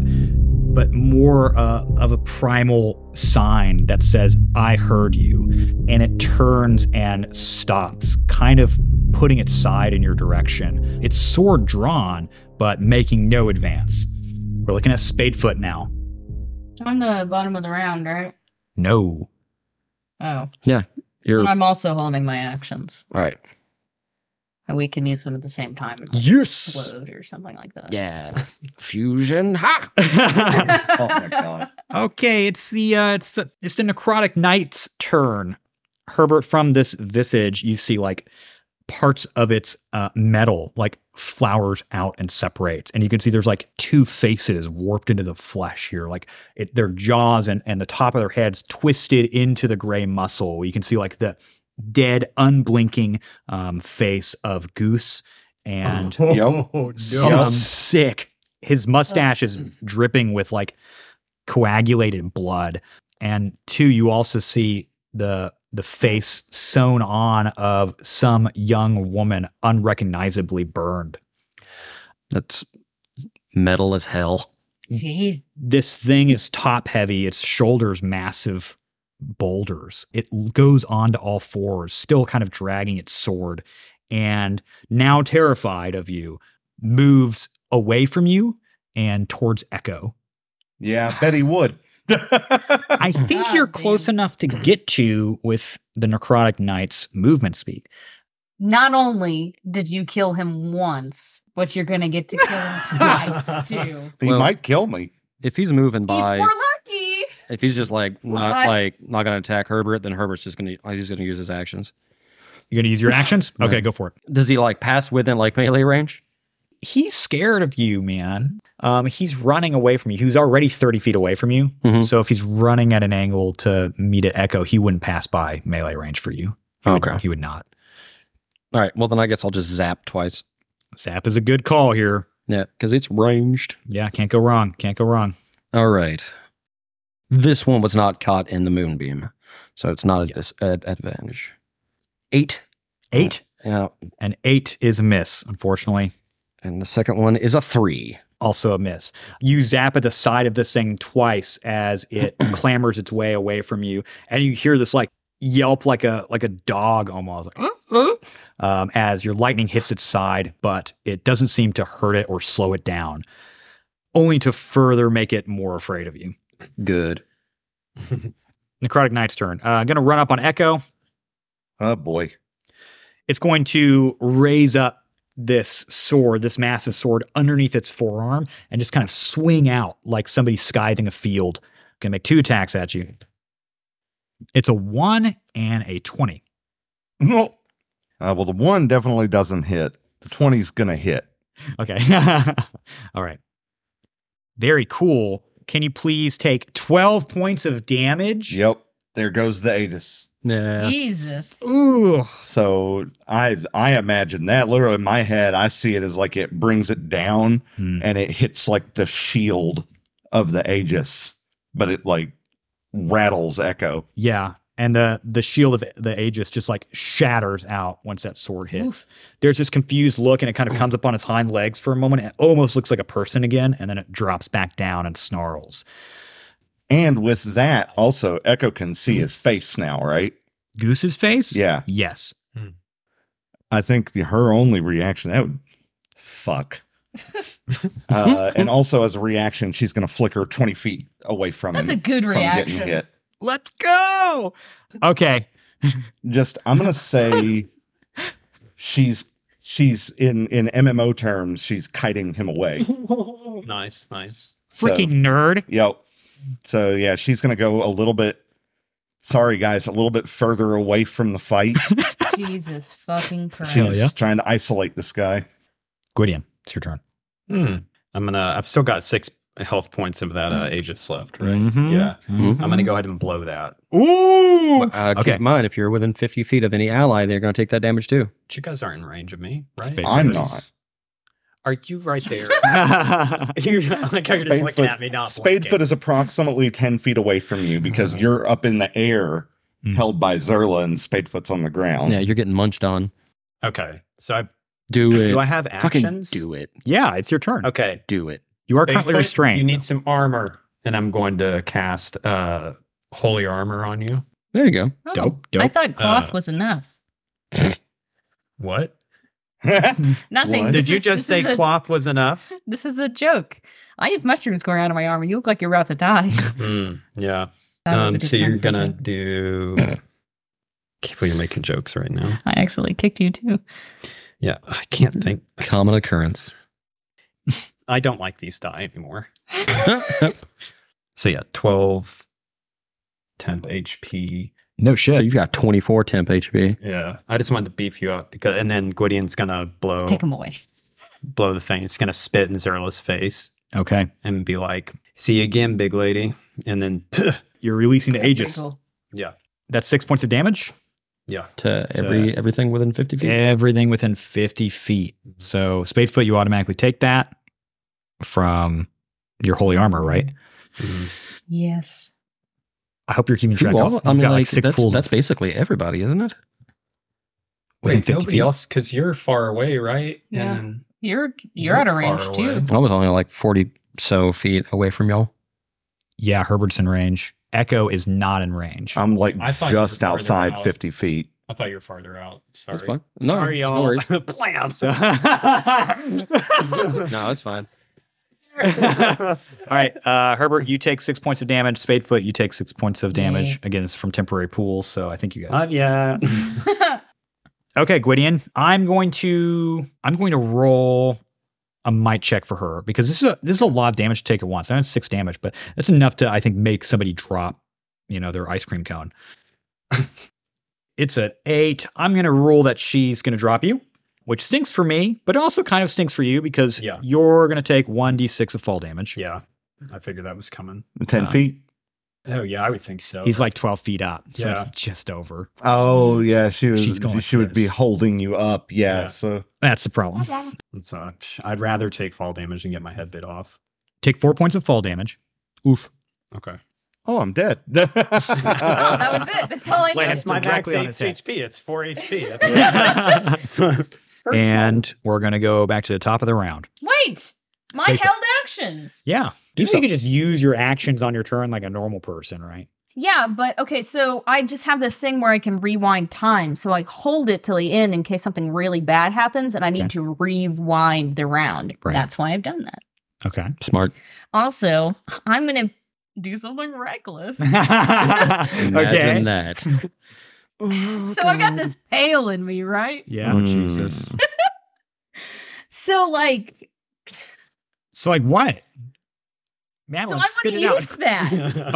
but more uh, of a primal sign that says, I heard you. And it turns and stops, kind of putting its side in your direction. It's sword drawn, but making no advance. We're looking at Spadefoot now.
I'm the bottom of the round, right?
<laughs> No.
Oh.
You're
I'm also holding my actions.
all right.
And we can use them at the same time and like,
Yes.
explode or something like that.
Yeah. Fusion. Ha.
<laughs> Oh my god.
Okay, it's the uh, it's the, it's the necrotic knight's turn. Herbert, from this visage, you see like parts of its uh, metal like flowers out and separates, and you can see there's like two faces warped into the flesh here, like it, their jaws and and the top of their heads twisted into the gray muscle. You can see like the dead, unblinking um, face of Goose
<laughs>
and
Yep.
Oh, no.
some sick. His mustache is dripping with like coagulated blood. And two, you also see the the face sewn on of some young woman unrecognizably burned.
That's metal as hell.
Jeez.
This thing is top heavy, its shoulders massive boulders. It l- goes on to all fours, still kind of dragging its sword, and now terrified of you, moves away from you and towards Echo.
Yeah, Betty Wood.
I think
Ah,
you're
damn.
close enough to get you with the Necrotic Knight's movement speed.
Not only did you kill him once, but you're gonna get to kill him twice too.
He
Well-
might kill me.
If he's moving by,
If we're lucky.
if he's just like not
What?
like not gonna attack Herbert, then Herbert's just gonna he's gonna use his actions.
You're going to use your actions?
Right.
Okay, go for it.
Does he like pass within like melee range?
He's scared of you, man. Um, he's running away from you. He's already 30 feet away from you.
Mhm.
So if he's running at an angle to meet at Echo, he wouldn't pass by melee range for you. He would-
Okay.
he would not.
All right. Well, then I guess I'll just zap twice.
Zap is a good call here.
Yeah, because it's ranged.
Yeah, can't go wrong. Can't go wrong.
All right. This one was not caught in the moonbeam, so it's not a dis- ad- advantage. Eight.
Eight.
Yeah.
And eight is a miss, unfortunately.
And the second one is a three.
also a miss. You zap at the side of this thing twice as it clambers its way away from you, and you hear this like yelp like a like a dog almost like, um, as your lightning hits its side, but it doesn't seem to hurt it or slow it down, only to further make it more afraid of you.
Good.
Necrotic Knight's turn. Uh, gonna run up on Echo.
Oh boy.
It's going to raise up this sword, this massive sword, underneath its forearm and just kind of swing out like somebody scything a field. Gonna make two attacks at you. It's a one and a 20.
Uh, well, the one definitely doesn't hit. The 20's gonna hit.
Okay. <laughs> All right. Very cool. Can you please take 12 points of damage?
Yep. There goes the Atis.
Yeah.
Jesus.
Ooh.
So I I imagine that literally in my head, I see it as like it brings it down
Hmm.
and it hits like the shield of the Aegis, but it like rattles Echo.
Yeah. And the the shield of the Aegis just like shatters out once that sword hits. There's this confused look and it kind of comes up on its hind legs for a moment. It almost looks like a person again, and then it drops back down and snarls.
And with that, also Echo can see his face now, right?
Goose's face?
Yeah.
Yes.
I think the, her only reaction that would fuck. uh, and also as a reaction, she's gonna flicker twenty feet away from
That's
him
a good
from getting
reaction.
hit.
Let's go. Okay.
just I'm
<laughs>
gonna say she's she's in in MMO terms she's kiting
<laughs>
him away.
Nice, nice.
So,
Freaking nerd.
yep. So yeah, she's gonna go a little bit. Sorry guys, a little bit further away from
<laughs>
the fight.
Jesus fucking Christ.
she's
yeah.
trying to isolate this guy.
Gwydion, it's your turn.
Hmm. I'm gonna. I've still got six health points of that uh, Aegis left, right?
Mhm.
Yeah.
Mhm.
I'm gonna go ahead and blow that.
Ooh,
Uh,
Okay.
Keep in mind, if you're within 50 feet of any ally, they're going to take that damage too.
But you guys aren't in range of me, right?
Space
I'm
This
not.
is- Are you right there? <laughs> You're
You're
like you're just looking
Spadefoot-
at me, not
Spadefoot
blinking.
is approximately ten feet away from you because you're up in the air,
Mm.
held by Zerla, and Spadefoot's on the ground.
Yeah, you're getting munched on.
Okay, so I've
Do it.
do I have
Fucking
actions?
do it.
<laughs> yeah, it's your turn.
Okay,
Do it.
You are
They
currently
fight,
restrained.
You need some armor, and I'm going to cast uh, holy armor on you.
There you go.
Oh,
Dope, dope.
I thought cloth
Uh,
was enough.
What?
Nothing.
What?
This
Did you
is-
just
this is
say
a-
cloth was enough?
This is a joke. I have mushrooms growing out of my arm, and you look like you're about to
<laughs>
die.
Hmm, yeah.
That was a
Um,
good
so you're
time for a
gonna
joke.
do.
<coughs>
Can't believe you're making jokes right now.
I accidentally kicked you too.
Yeah, I
Mm-hmm.
can't think.
Common occurrence. <laughs>
I don't like these die anymore.
so
So yeah, 12 temp HP.
no shit.
you've got 24 temp HP.
Yeah. I just wanted to beef you up because and then Gwydion's gonna blow
Take him away.
blow the thing. It's gonna spit in Zerla's face
okay.
and be like, see you again, big lady. And then <clears throat>
You're releasing the Aegis.
Cool.
yeah.
That's six points of damage.
Yeah.
To every everything within 50 feet.
Everything within 50 feet. So, Spadefoot, you automatically take that from your holy armor, right?
Yes.
I hope you're keeping track
Well,
of I got like six
that's,
pools
that's basically everybody, isn't it?
within 50 feet.
else, because you're far away, right?
Yeah.
then
You're you're out of range too.
I was only like 40 so feet away from y'all.
Yeah, Herbert's in range. Echo is not in range.
<laughs> I'm like
I thought you were
just
further
outside
out.
50 feet.
I thought you were farther out. Sorry.
That's fine. No, no
Sorry, y'all. <laughs>
<laughs>
worries.
<laughs>
Plants.
No, it's fine.
All right, uh, Herbert, you take six points of damage. Spadefoot, you take six points of damage.
Yeah.
Again, it's from temporary pools, so I think you guys.
Uh, yeah.
okay, Gwydion, I'm going to I'm going to roll a might check for her because this is a this is a lot of damage to take at once. I know it's six damage, but that's enough to I think make somebody drop, you know, their ice cream cone. <laughs> it's an eight. I'm going to rule that she's going to drop you, which stinks for me, but also kind of stinks for you because
Yeah.
you're going to take one d6 of fall damage.
yeah. I figured that was coming.
10
Uh,
feet.
Oh yeah, I would think so.
He's like 12 feet up, so
Yeah.
it's just over.
Oh, yeah. She
She's
was,
going
she
like
would be
this.
holding you up. Yeah.
Yeah.
So
That's the problem.
And So psh, uh, I'd rather take fall damage and get my head bit off.
Take four points of fall damage. Oof.
Okay.
Oh, I'm <laughs> dead.
Oh, that was it. That's all I
Lance,
needed.
my Directly max on his
HP. It's
<laughs>
four HP.
and we're going to go back to the top of the round.
Wait, my
Space-
held actions.
Yeah. you, know you could just use your actions on your turn like a normal person, right?
Yeah, but okay, so I just have this thing where I can rewind time. So I hold it till the end in case something really bad happens and I need
Okay.
to rewind the round.
Right.
That's why I've done that.
<laughs> Okay.
Smart.
Also, I'm going to do
<laughs>
something reckless. so
Imagine
Imagine that.
I got this pail in me, right?
Yeah.
Mm.
Jesus.
So, like,
So like what?
so I
Madeline,
want to
spit it
use
out.
that.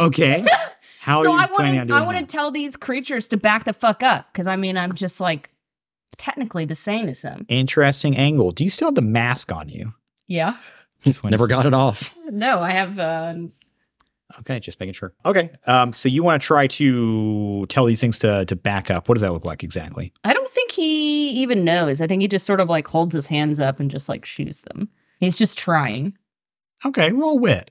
<laughs>
<laughs>
Okay.
<laughs>
How
so
are you
I
planning on
want to
doing
I want to
that?
tell these creatures to back the fuck up because I mean I'm just like technically the same as them.
Interesting angle. Do you still have the mask on you?
Yeah.
Just wanna
Never
see.
got it off.
No, I have. Uh,
Okay, just making sure. Okay. Um, so you want to try to tell these things to to back up. What does that look like exactly?
I don't think he even knows. I think he just sort of like holds his hands up and just like shoots them. He's just trying.
Okay, roll wit.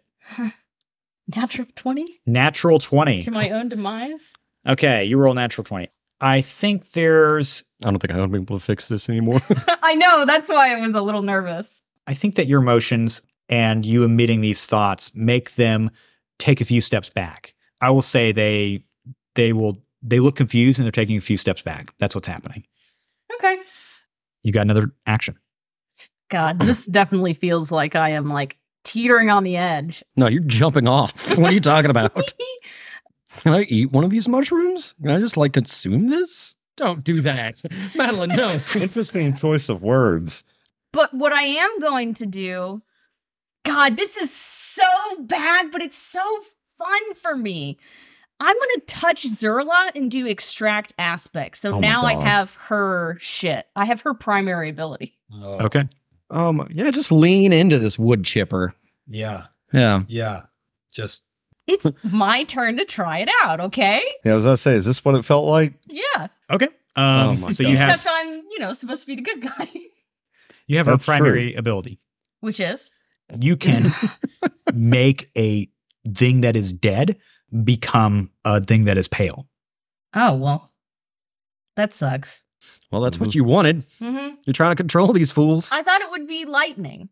Natural twenty
Natural twenty.
to my own demise. <laughs>
Okay, you roll natural twenty. I think there's
I don't think I'm be able to fix this anymore. <laughs>
I know that's why I was a little nervous.
I think that your emotions and you emitting these thoughts make them take a few steps back. I will say they they will they look confused and they're taking a few steps back. That's what's happening.
Okay.
You got another action.
God, this definitely feels like I am like teetering on the edge.
no, you're jumping off. What are you talking about?
<laughs>
Can I eat one of these mushrooms? Can I just like consume this? Don't do that. Madeline, no.
interesting choice of words.
But what I am going to do, God, this is so bad, but it's so fun for me. I'm going to touch Zerla and do extract aspect. So
Oh my
now I
God.
have her shit. I have her
<laughs>
primary ability.
Okay.
<laughs> Um, yeah, just lean into this wood chipper.
yeah.
Yeah.
Yeah. Just
It's my turn to try it out, okay?
Yeah, I was gonna say, is this what it felt like?
Yeah.
Okay. Um,
Oh my
so
God.
you
Except
have
I'm, you know, supposed to be the good guy, <laughs>
you have her
That's true.
primary ability.
which is
You
<laughs>
can make a thing that is dead become a thing that is pale.
oh, well, that sucks.
Well, that's what you wanted.
Mm-hmm.
You're trying to control these fools.
I thought it would be lightning,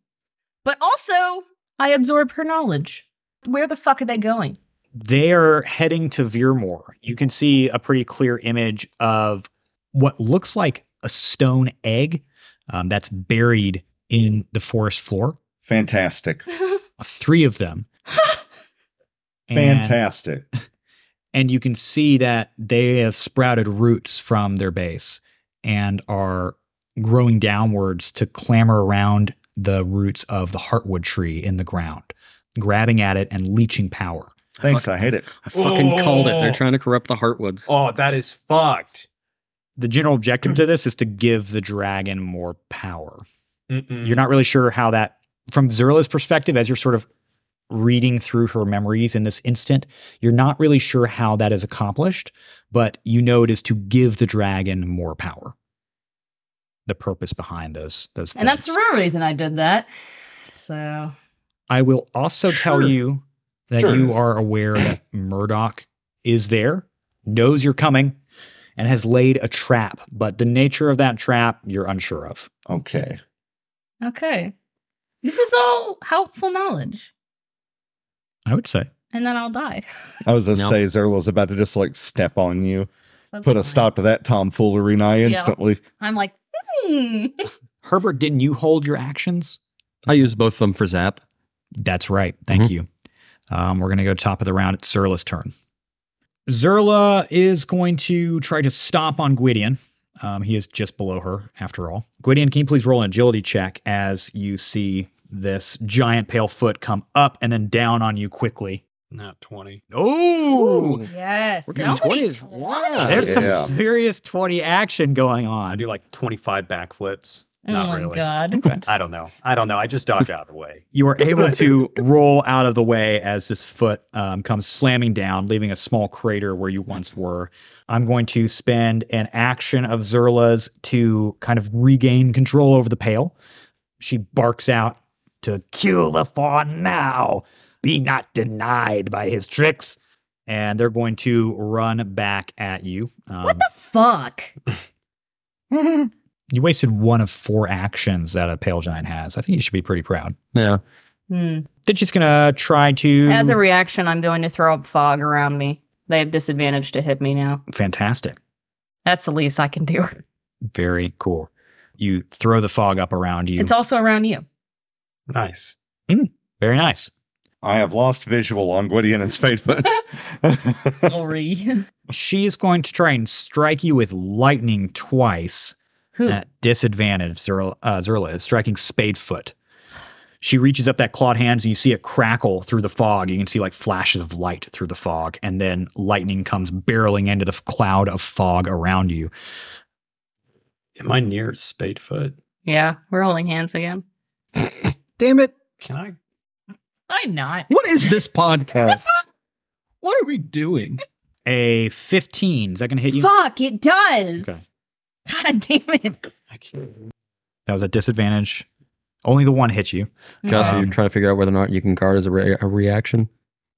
but also I I absorb her knowledge. Where the fuck are they going?
They're heading to Veermore. You can see a pretty clear image of what looks like a stone egg um, that's buried in the forest floor.
Fantastic.
Three of them. And-
Fantastic.
and you can see that they have sprouted roots from their base and are growing downwards to clamber around the roots of the heartwood tree in the ground, grabbing at it and leeching power.
Thanks. I hate it.
I fucking called it. They're
Oh.
trying to corrupt the Heartwoods.
Oh, that is fucked.
The general objective to this is to give the dragon more power.
Mm-mm.
You're not really sure how that, from Zerla's perspective, as you're sort of reading through her memories in this instant, you're not really sure how that is accomplished, but you know it is to give the dragon more power. The purpose behind those those things.
And that's the real reason I did that. So
I will also tell
Sure.
you that
Sure it
you
is.
are aware that Murdoch is there, knows you're coming, and has laid a trap, but the nature of that trap you're unsure of.
Okay.
okay, this is all helpful knowledge,
I would say.
and then I'll die. <laughs>
I was gonna
No.
say Zerla's about to just like step on you,
That's
put
fine.
a stop to that tomfoolery, and I instantly.
I'm like, hmm.
Herbert, didn't you hold your actions?
I use both of them for zap.
That's right. Thank
Mhm.
you. Um, we're going to go top of the round. It's Zerla's turn. Zerla is going to try to stomp on Gwydion. Um, he is just below her, after all. Gwydion, can you please roll an agility check as you see this giant pale foot come up and then down on you quickly?
Not 20.
Oh,
yes.
We're getting
so many
20s.
20s.
there's
Yeah.
some serious 20 action going
I
on.
do like 25 backflips.
Oh
Not
my
really.
god.
I don't know. I don't know. I just dodge out of the way.
You are able to roll out of the way as this foot um, comes slamming down, leaving a small crater where you once were. I'm going to spend an action of Zerla's to kind of regain control over the pail. She barks out to kill the fawn now. Be not denied by his tricks. And they're going to run back at you. Um,
What the fuck?
you wasted one of four actions that a pale giant has. I think you should be pretty proud.
Yeah.
Hmm.
Then she's gonna try to
As a reaction, I'm going to throw up fog around me. They have disadvantage to hit me now.
fantastic.
That's the least I can do.
Very cool. You throw the fog up around you.
It's also around you.
Nice.
Very nice.
I have lost visual on Gwydion and Spadefoot.
Sorry. <laughs>
She is going to try and strike you with lightning twice
Who?
at disadvantage. Zerla, uh, Zerla is striking Spadefoot. She reaches up that clawed hands and you see it crackle through the fog. You can see like flashes of light through the fog, and then lightning comes barreling into the f- cloud of fog around you.
Am I near Spadefoot?
yeah, we're holding hands again.
Damn it.
Can I?
I'm not.
What is this podcast? what are we doing?
A 15. Is that going to hit you?
Fuck, it does.
Okay.
God <laughs> damn it.
I can't.
That was a disadvantage. Only the one hit you.
Josh, are
Um,
you trying to figure out whether or not you can guard as a, re- a reaction?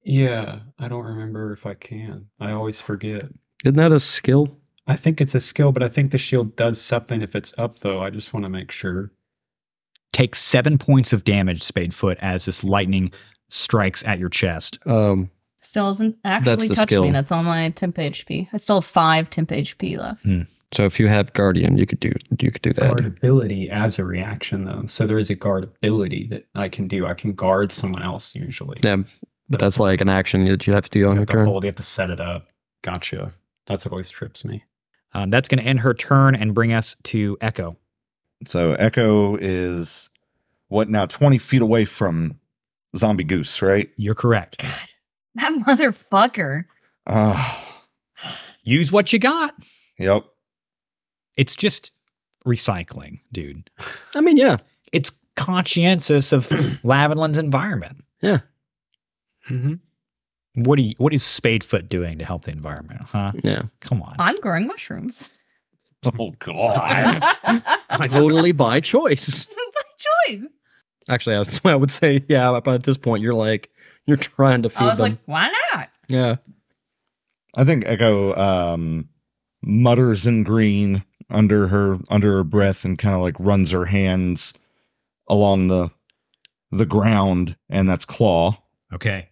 Yeah, I don't remember if I can. I always forget.
Isn't that a skill?
I think it's a skill, but I think the shield does something if it's up, though. I just want to make sure.
Takes seven points of damage, Spadefoot, as this lightning strikes at your chest.
Um,
Still doesn't
That's
actually
the
touch me.
skill.
That's all my temp HP. I still have five temp HP left. <laughs>
so if you have guardian, you could do you could do that.
Guard ability as a reaction, though. So there is a guard ability that I can do. I can guard someone else usually.
Yeah, but that's like an action that you have to do
You
on your
have to
turn.
hold, you have to <laughs> set it up. Gotcha. That's what always trips me.
Um, that's going to end her turn and bring us to Echo.
so Echo is what now? Twenty feet away from Zombie Goose, right?
You're correct.
God, that motherfucker.
Uh,
Use what you got.
yep.
It's just recycling, dude.
I mean, yeah,
It's conscientious of Lavinland's environment.
Yeah.
Mhm. What do you, what is Spadefoot doing to help the environment? Huh?
<laughs> yeah,
Come on.
I'm growing mushrooms. <laughs>
<laughs> Oh God.
By
totally by choice.
choice.
Actually, I, was, I would say, yeah. But at this point, you're like you're trying to feed
I was
them.
like, why not?
yeah,
I think Echo um, mutters in green under her under her breath and kind of like runs her hands along the the ground, and that's Claw.
Okay.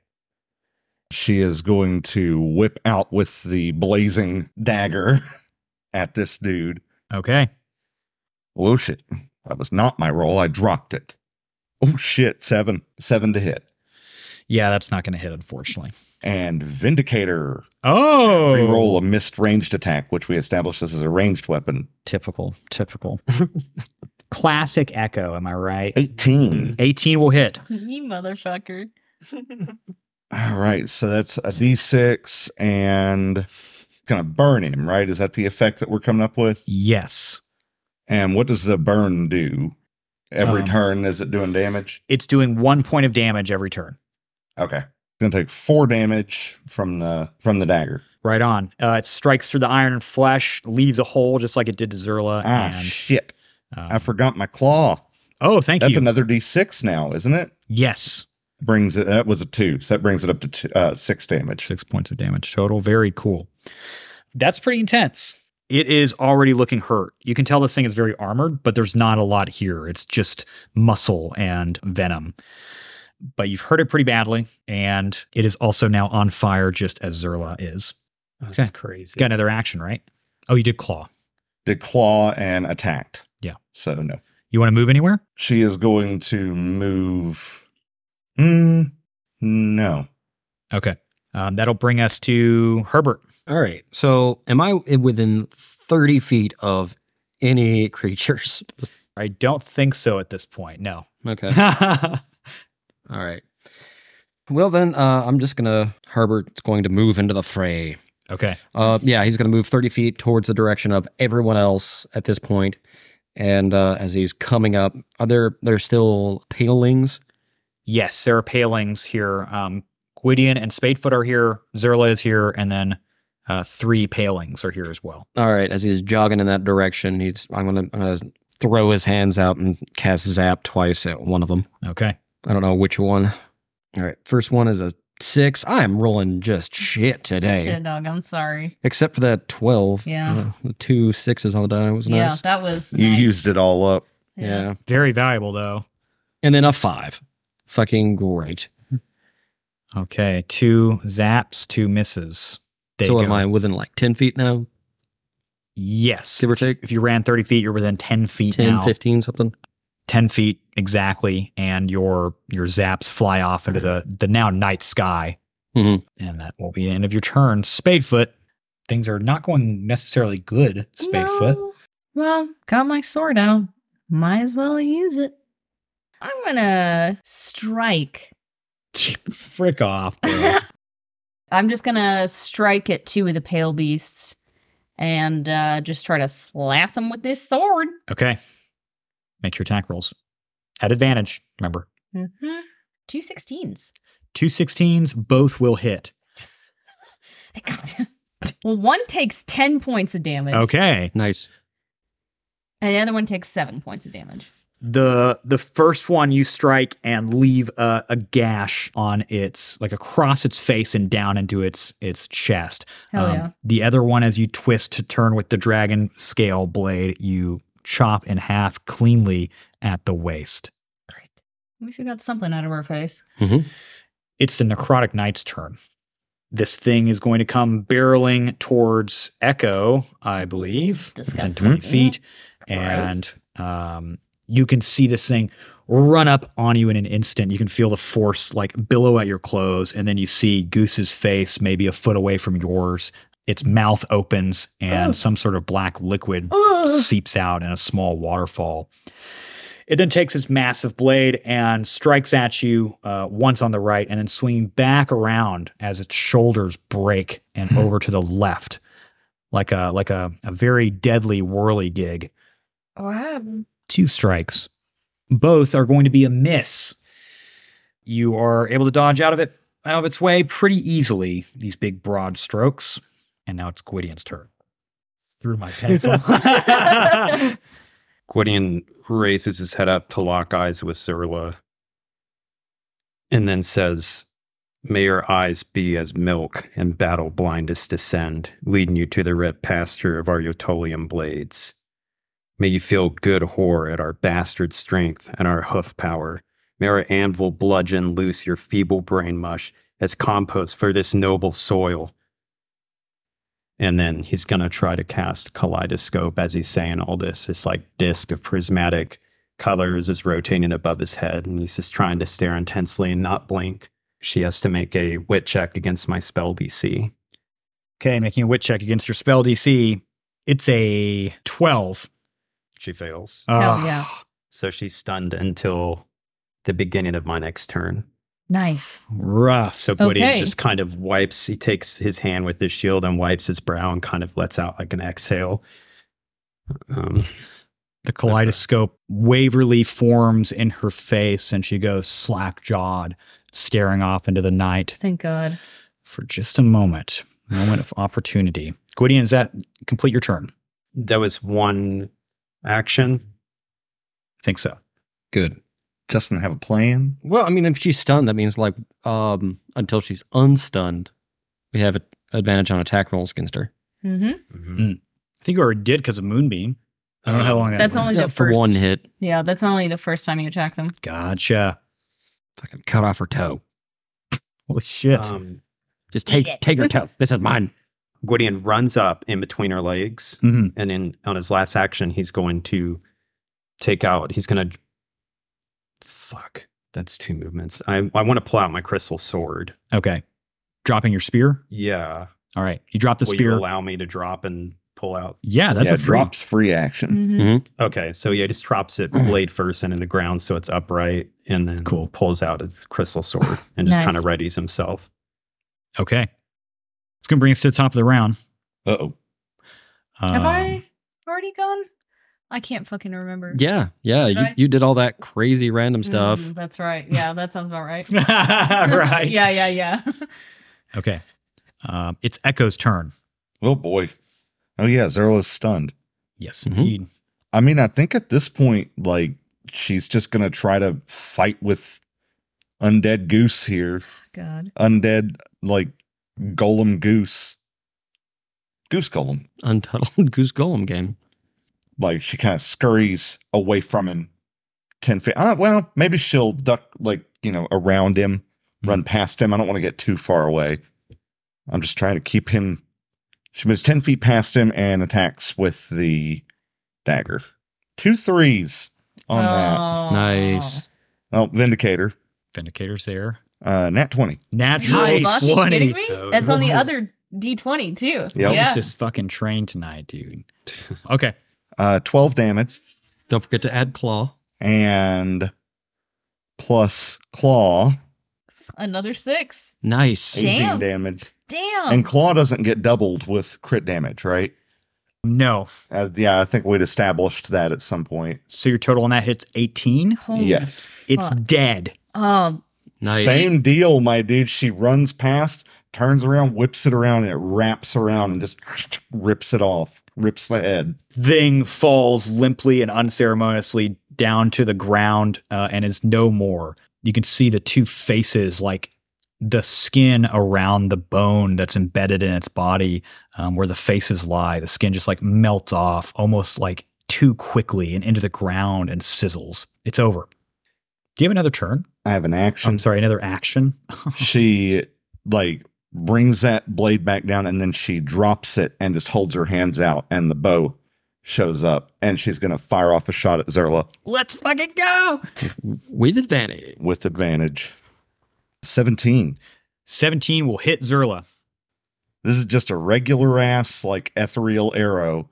She is going to whip out with the blazing dagger <laughs> at this dude.
Okay.
Oh shit. That was not my roll. I dropped it. Oh shit. Seven. Seven to hit.
Yeah, that's not going to hit, unfortunately.
And Vindicator.
Oh.
Reroll a missed ranged attack, which we established this is a ranged weapon.
Typical. Typical. <laughs> Classic Echo, am I right?
18.
18 will hit.
you motherfucker.
All right. So that's a D6 and going to burn him, right? Is that the effect that we're coming up with?
Yes.
And what does the burn do? Every
Um,
turn, is it doing damage?
It's doing one point of damage every turn.
Okay. Gonna take four damage from the from the dagger.
Right on. Uh, it strikes through the iron and flesh, leaves a hole just like it did to Zerla.
Ah
and,
shit.
um,
I forgot my claw.
oh, thank
That's
you.
another D six now, isn't it?
yes.
Brings it that was a two. So that brings it up to two, uh six damage.
Six points of damage total. Very cool. That's pretty intense. It is already looking hurt. You can tell this thing is very armored, but there's not a lot here. It's just muscle and venom. But you've hurt it pretty badly, and it is also now on fire, just as Zerla is.
That's
Okay.
crazy.
It's got another action, right? Oh, you did claw.
Did claw and attacked.
Yeah.
So no.
You want to move anywhere?
She is going to move. Mm, no.
Okay. Um, that'll bring us to Herbert.
All right. So am I within 30 feet of any creatures? <laughs>
I don't think so at this point. No.
Okay.
<laughs>
All right. Well, then uh, I'm just going to. Herbert's going to move into the fray.
okay.
Uh, yeah, he's going to move 30 feet towards the direction of everyone else at this point. And uh, as he's coming up, are there there's still palings?
Yes, Sarah Palings here. Um, Gwydion and Spadefoot are here. Zerla is here, and then uh, three Palings are here as well.
All right, as he's jogging in that direction, he's I'm gonna, I'm gonna throw his hands out and cast zap twice at one of them.
Okay.
I don't know which one. All right, first one is a six. I am rolling just shit today,
Shit, dog. I'm sorry.
except for that twelve.
Yeah.
Uh, the two sixes on the die was
yeah,
nice.
that was.
You
nice.
used it all up.
yeah,
Very valuable, though.
and then a five. Fucking great.
Okay. Two zaps, two misses. They
so
go.
am I within like ten feet now,
Yes.
give or take?
If you ran 30 feet, you're within 10 feet
10,
now.
15, something.
10 feet exactly, and your your zaps fly off into the, the now night sky.
Mhm.
And that will be the end of your turn. Spadefoot, things are not going necessarily good, Spadefoot.
No. Well, got my sword out. Might as well use it. I'm gonna strike.
<laughs> Frick off, bro.
I'm just gonna strike at two of the pale beasts and uh, just try to slash them with this sword.
okay. Make your attack rolls. At advantage, remember.
Mm-hmm. Two sixteens.
Two 16s, both will hit.
Yes. <laughs> Thank God. well, one takes ten points of damage,
Okay.
Nice.
and the other one takes seven points of damage.
the the first one you strike and leave a, a gash on its like across its face and down into its its chest. Um,
Hell yeah.
The other one, as you twist to turn with the dragon scale blade, you chop in half cleanly at the waist.
Great. At least we got something out of her face.
It's the necrotic knight's turn. This thing is going to come barreling towards Echo, I believe, within
Disgusting.
twenty feet, and um, you can see this thing run up on you in an instant. You can feel the force like billow at your clothes, and then you see Goose's face maybe a foot away from yours. Its mouth opens, and some sort of black liquid seeps out in a small waterfall. It then takes its massive blade and strikes at you uh, once on the right, and then swinging back around as its shoulders break and over to the left, like a like a, a very deadly whirly gig two strikes. Both are going to be a miss. You are able to dodge out of it out of its way pretty easily, these big broad strokes. And now it's Gwydion's turn. Through my pencil. <laughs>
Gwydion raises his head up to lock eyes with Zerla and then says, May your eyes be as milk and battle blind as descend, leading you to the red pasture of our Eutolium blades. May you feel good horror at our bastard strength and our hoof power,
Mara Anvil, bludgeon loose your feeble brain mush as compost for this noble soil. And then he's going to try to cast kaleidoscope as he's saying all this. It's like disc of prismatic colors is rotating above his head, and he's just trying to stare intensely and not blink. She has to make a wit check against my spell DC.
Okay, making a wit check against your spell DC. It's a 12.
She fails.
Hell
Ugh.
Oh, yeah.
So she's stunned until the beginning of my next turn.
<laughs> Nice.
Rough.
So Gwydion
Okay.
just kind of wipes, he takes his hand with his shield and wipes his brow and kind of lets out like an exhale. Um,
The kaleidoscope waverly forms in her face, and she goes slack jawed, staring off into the night
Thank God.
for just a moment. Moment of opportunity. Gwydion, is that complete your turn?
that was one action.
I think so.
Good.
Doesn't have a plan.
Well, I mean, if she's stunned, that means like um, until she's unstunned, we have an advantage on attack rolls against her.
hmm
Mm-hmm.
I think you already did because of Moonbeam. I don't know how long that
That's
went.
only the
Except for
first.
one hit.
Yeah, that's only the first time you attack them.
Gotcha.
Fucking cut off her toe.
Well, shit.
Um,
Just take take her toe. This is
<laughs>
mine.
Gwydion runs up in between her legs,
Mhm.
and in on his last action, he's going to take out. He's going to. Fuck, that's two movements. I I want to pull out my crystal sword.
Okay. Dropping your spear.
Yeah,
All right. You drop the
will
spear.
you allow me to drop and pull out?
yeah, that's
yeah,
a free.
drops free action.
Mhm.
Okay, so yeah, he just drops it blade first and in the ground, so it's upright, and then
Cool.
pulls out his crystal sword and just
Nice.
kind of readies himself.
Okay. It's going to bring us to the top of the round.
Uh oh.
Have
Um,
I already gone? I can't fucking remember.
Yeah, yeah. You,
Right.
you did all that crazy random stuff.
Mm, that's right. Yeah, that sounds
<laughs>
about right.
Um, right.
yeah, yeah, yeah.
Okay. Um, it's Echo's turn.
Oh boy. Oh yeah, Zerla's stunned.
Yes,
Mhm.
indeed.
I mean, I think at this point, like, she's just gonna try to fight with undead goose here.
<laughs> God.
Undead, like golem goose. Goose golem.
Untitled <laughs> Goose Golem game.
Like she kind of scurries away from him ten feet. Uh, well, maybe she'll duck like, you know, around him, run past him. I don't want to get too far away. I'm just trying to keep him. She moves ten feet past him and attacks with the dagger. Two threes on that.
Oh.
Nice.
Well, Vindicator.
Vindicator's there.
Uh, nat 20.
Natural
Are you fucking kidding
20.
me?
Oh,
That's on the
no.
other D20 too.
Yep.
This
Yeah.
is fucking trained tonight, dude. Okay.
Uh, 12 damage
Don't forget to add claw.
and plus claw,
Another six.
Nice.
18
Damn.
damage.
Damn.
And claw doesn't get doubled with crit damage, right?
No.
Uh, yeah, I think we'd established that at some point.
So your total on that hits 18.
Holy
yes.
It's
fuck.
dead.
Oh,
Nice.
Same deal, my dude. She runs past, turns around, whips it around, and it wraps around and just rips it off, rips the head.
Thing falls limply and unceremoniously down to the ground uh, and is no more. You can see the two faces, like the skin around the bone that's embedded in its body, um, where the faces lie. The skin just like melts off almost like too quickly and into the ground and sizzles. It's over. Do you have another turn?
I have an action.
I'm sorry, another action.
she like brings that blade back down and then she drops it and just holds her hands out and the bow shows up and she's going to fire off a shot at Zerla
Let's fucking go. With advantage.
with advantage. 17.
17 will hit Zerla.
This is just a regular ass like ethereal arrow.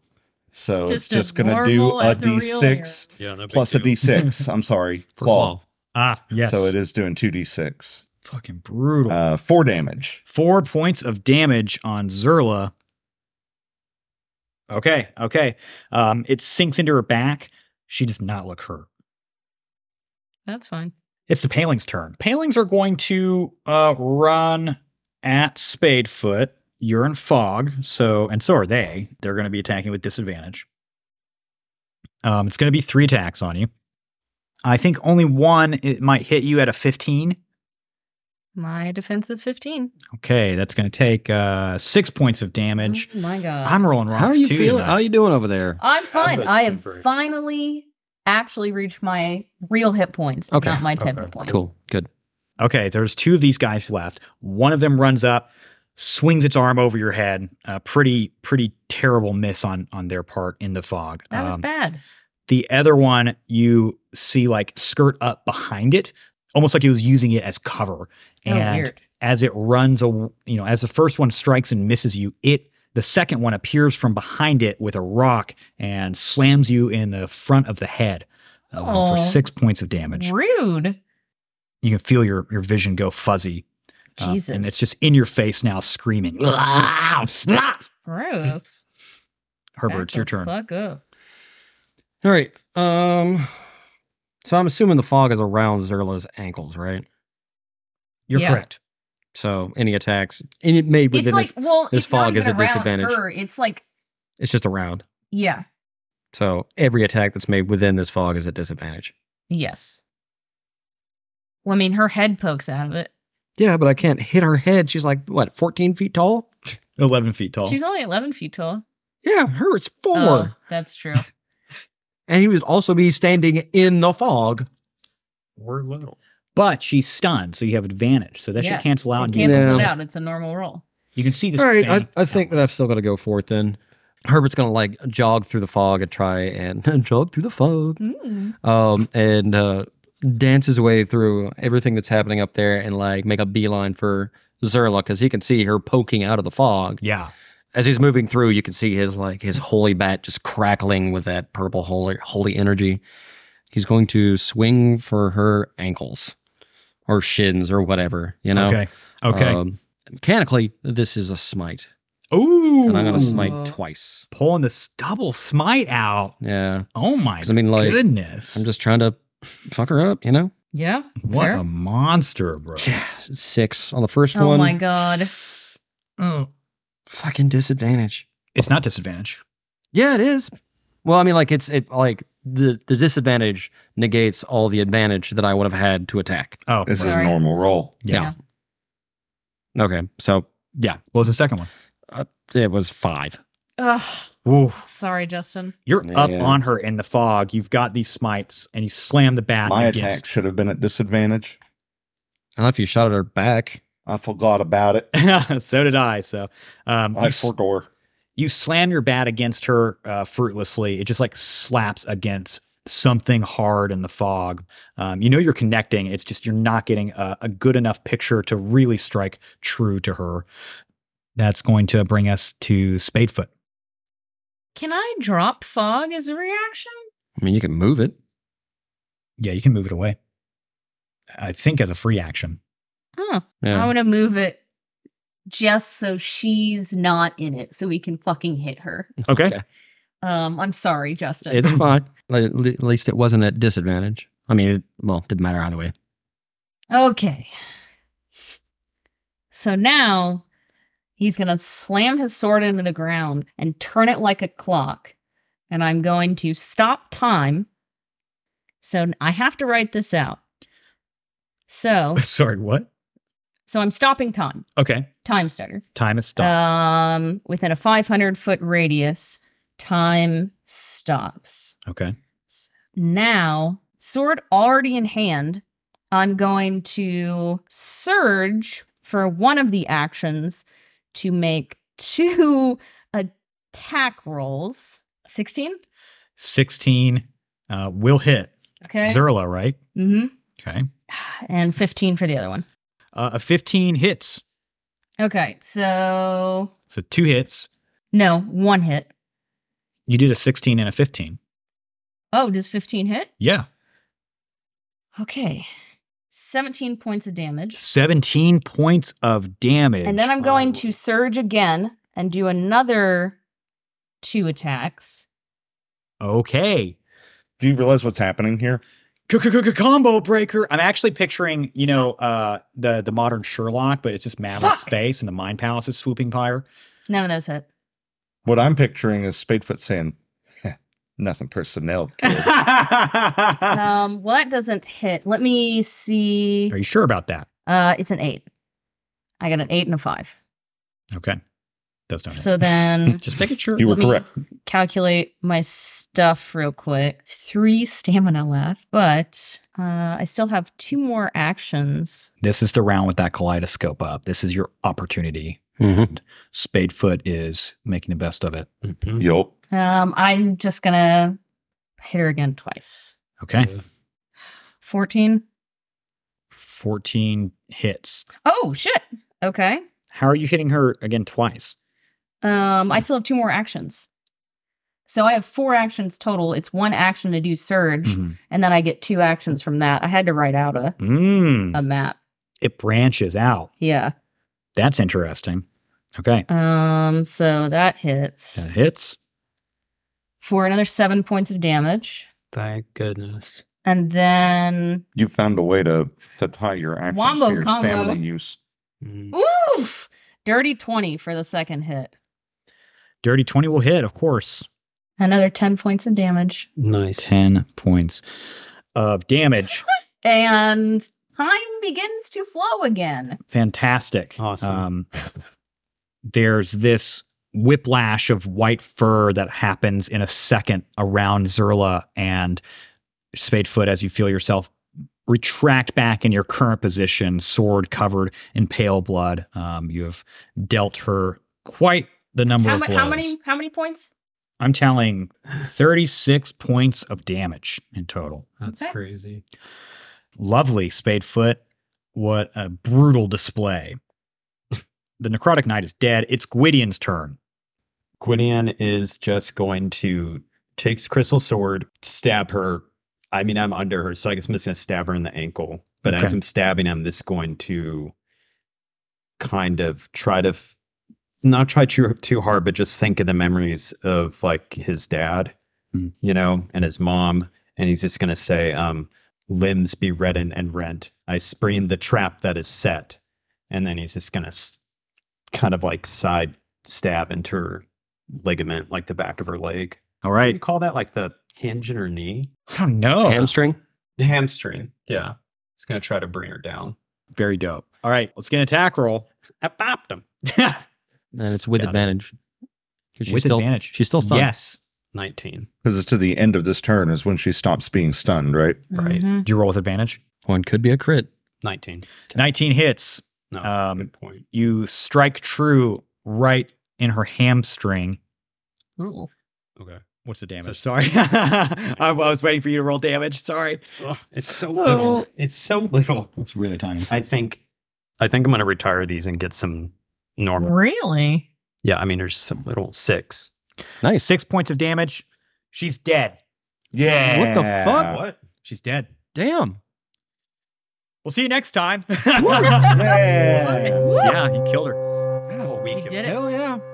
So
Just
it's just
a
going to do
normal
a
ethereal
d6
Yeah, no
plus
<laughs>
a d6. I'm sorry. Claw.
Ah, yes.
So it is doing 2d6.
fucking brutal.
Uh, four damage.
Four points of damage on Zerla. Okay, okay. Um, it sinks into her back. She does not look hurt.
that's fine.
It's the Paling's turn. Palings are going to uh, run at Spadefoot. You're in fog, so and so are they. They're going to be attacking with disadvantage. Um, it's going to be three attacks on you. I think only one it might hit you at a 15.
My defense is 15.
Okay, that's going to take uh, six points of damage.
Oh my God. I'm,
I'm rolling rocks
How are you
too.
feeling?
tonight.
How are you doing over there?
fine.
those
I have
temporary-
finally actually reach my real hit points,
Okay.
not my temper points.
Cool. Good.
Okay, there's two of these guys left. One of them runs up, swings its arm over your head. A pretty, pretty terrible miss on on their part in the fog.
That was
Um,
bad.
The other one you see like skirt up behind it, almost like it was using it as cover.
Oh,
and
weird.
as it runs, a, you know, as the first one strikes and misses you, it the second one appears from behind it with a rock and slams you in the front of the head uh, for
Aw.
six points of damage.
Mm-hmm.
Rude.
You can feel your your vision go fuzzy. uh,
Jesus.
and it's just in your face now,
<laughs>
screaming.
Gross.
Herbert,
Back
it's your
the
turn.
Fuck up.
All right. Um. So I'm assuming the fog is around Zerla's ankles, right?
You're
Yeah.
correct.
So any attacks, and it made within
It's like
his-
well,
this
it's not
fog is
even
a
around
disadvantage.
her. It's like
it's just around.
yeah,
So every attack that's made within this fog is at disadvantage.
yes. Well, I mean, her head pokes out of it.
Yeah, but I can't hit her head. She's like what, 14 feet tall?
Eleven feet tall.
She's only eleven feet tall.
Yeah, her it's four,
Oh,
<laughs>
that's true.
and he would also be standing in the fog.
We're little.
but she's stunned, so you have advantage. So that
Yeah.
should cancel out.
It
and you-
No.
cancels it out. It's a normal roll.
You can see this.
All right, I,
thing.
I think that I've still got to go for it then. Herbert's gonna like jog through the fog and try and <laughs> jog through the fog, um, and uh, dance his way through everything that's happening up there and like make a beeline for Zerla because he can see her poking out of the fog.
Yeah.
As he's moving through, you can see his like his holy bat just crackling with that purple holy holy energy. He's going to swing for her ankles or shins or whatever, you know.
Okay. Okay.
Um, mechanically, this is a smite.
Ooh.
Uh, And I'm going to smite
Uh.
Ooh.
twice.
Pulling the s- double smite out.
Yeah.
Oh my
'Cause I mean, like,
goodness.
I'm just trying to fuck her up, you know?
Yeah.
what
fair.
a monster, bro.
Six on the first one.
Oh my god.
Mm.
Fucking disadvantage.
It's not disadvantage.
Yeah, it is. Well, I mean, like, it's it like the, the disadvantage negates all the advantage that I would have had to attack.
Oh,
This is
Sorry.
a normal roll.
Yeah.
Okay. So, yeah,
what was the second one?
it was five.
Ugh.
Ooh.
Sorry, Justin.
You're up
Yeah.
on her in the fog. You've got these smites, and you slam the bat
My
against.
attack should have been at disadvantage.
I don't know if you shot at her back.
I forgot about
<laughs>
it.
so did I. So um, you
I
s-
forgot.
you slam your bat against her uh, fruitlessly. It just like slaps against something hard in the fog. Um, you know you're connecting. It's just you're not getting a, a good enough picture to really strike true to her. That's going to bring us to Spadefoot.
Can I drop fog as a reaction?
I mean, you can move it.
Yeah, you can move it away. I think as a free action. <laughs>
Huh.
Yeah.
I want to move it just so she's not in it, so we can fucking hit her.
Okay. <laughs>
<laughs> Okay.
Um, I'm sorry, Justin.
It's fine. Like, At le- at least it wasn't at disadvantage. I mean, it, well, didn't matter either way.
okay. So now he's gonna slam his sword into the ground and turn it like a clock, and I'm going to stop time. So I have to write this out. So,
Sorry, what?
so I'm stopping time.
Okay.
Time starter.
Time is stopped.
Um, within a 500 foot radius, time stops.
okay.
Now, sword already in hand, I'm going to surge for one of the actions to make two <laughs> attack rolls. 16?
16 uh, will hit.
Okay.
Zerla, right?
hmm
Okay.
And 15 for the other one.
Uh, a 15 hits.
Okay. So,
So two hits.
no, one hit.
You did a 16 and a 15.
Oh, does 15 hit?
Yeah.
Okay. 17 points of damage.
17 points of damage.
And then I'm going to surge again and do another two attacks.
Okay.
Do you realize what's happening here?
Combo breaker. I'm actually picturing, you know, uh, the the modern Sherlock, but it's just Madeleine's
Fuck.
face and the Mind Palace is swooping pyre.
None of those hit.
What I'm picturing is Spadefoot saying, "Heh, nothing personnel. kid."
<laughs> Are
<laughs> Um, well, that doesn't hit. Let me see.
you sure about that?
Uh, it's an eight. I got an eight and a five.
Okay.
does donate.
So then
Just making sure.
You were
Let me-
correct.
calculate my stuff real quick. Three stamina left, but uh, I still have two more actions.
This is the round with that kaleidoscope up. This is your opportunity.
Mhm.
Spadefoot is making the best of it.
Yup.
Um, I'm just gonna hit her again twice.
Okay.
14.
14 hits.
Oh shit. Okay.
How are you hitting her again twice?
Um, I still have two more actions. So I have four actions total. It's one action to do surge,
Mhm.
and then I get two actions from that. I had to write out a,
Mm.
a map.
it branches out.
Yeah.
That's interesting. Okay.
Um, so that hits
That hits.
for another seven points of damage.
Thank goodness.
And then
You found a way to to tie your actions
Wombo
to your
combo.
stamina use.
Mm.
Oof! Dirty 20 for the second hit.
Dirty 20 will hit, of course.
Another 10 points of damage.
Nice.
10 points of damage.
And time begins to flow again.
Fantastic.
Awesome.
Um, there's this whiplash of white fur that happens in a second around Zerla and Spadefoot as you feel yourself retract back in your current position, sword covered in pale blood. Um, you have dealt her quite the number
How,
of
mu-
blows.
how many how many points?
I'm telling 36 points of damage in total.
That's
Okay.
crazy.
Lovely Spadefoot. What a brutal display. the Necrotic Knight is dead. It's Gwydion's turn.
Gwydion is just going to takes crystal sword, stab her. I mean, I'm under her, so I guess I'm just gonna stab her in the ankle. But
Okay.
as I'm stabbing him, this is going to kind of try to f- not try too too hard, but just think of the memories of like his dad,
Hmm.
you know, and his mom. And he's just gonna say, um, limbs be reddened and rent. I spring the trap that is set. And then he's just gonna s- kind of like side stab into her ligament, like the back of her leg.
All
What do you
right.
call that? Like the hinge in her knee?
I don't know.
Hamstring.
Hamstring. Yeah. It's going to try to bring her down.
Very dope. All right. Let's get an attack roll.
I popped him.
And it's with
Got it.
advantage. 'Cause she's
With
still-
advantage.
She's still stunned.
Yes.
19.
Because it's to the end of this turn is when she stops being stunned, right?
Right.
Mhm.
Did you roll with advantage?
One could be a crit.
19.
19 hits.
No.
Um,
good point.
You strike true right in her hamstring.
Ooh.
Okay.
What's the damage? Sorry. <laughs> I I was waiting for you to roll damage. Sorry.
it's so little. It's so little.
It's really tiny.
I think. I think I'm going to retire these and get some normal.
Really?
Yeah. I mean, there's some little six.
Nice.
Six points of damage. She's dead.
Yeah.
What the fuck?
What?
She's dead.
Damn.
We'll see you next time.
Yeah.
<laughs> yeah, he killed her.
How weak
You
it
did it.
Hell yeah.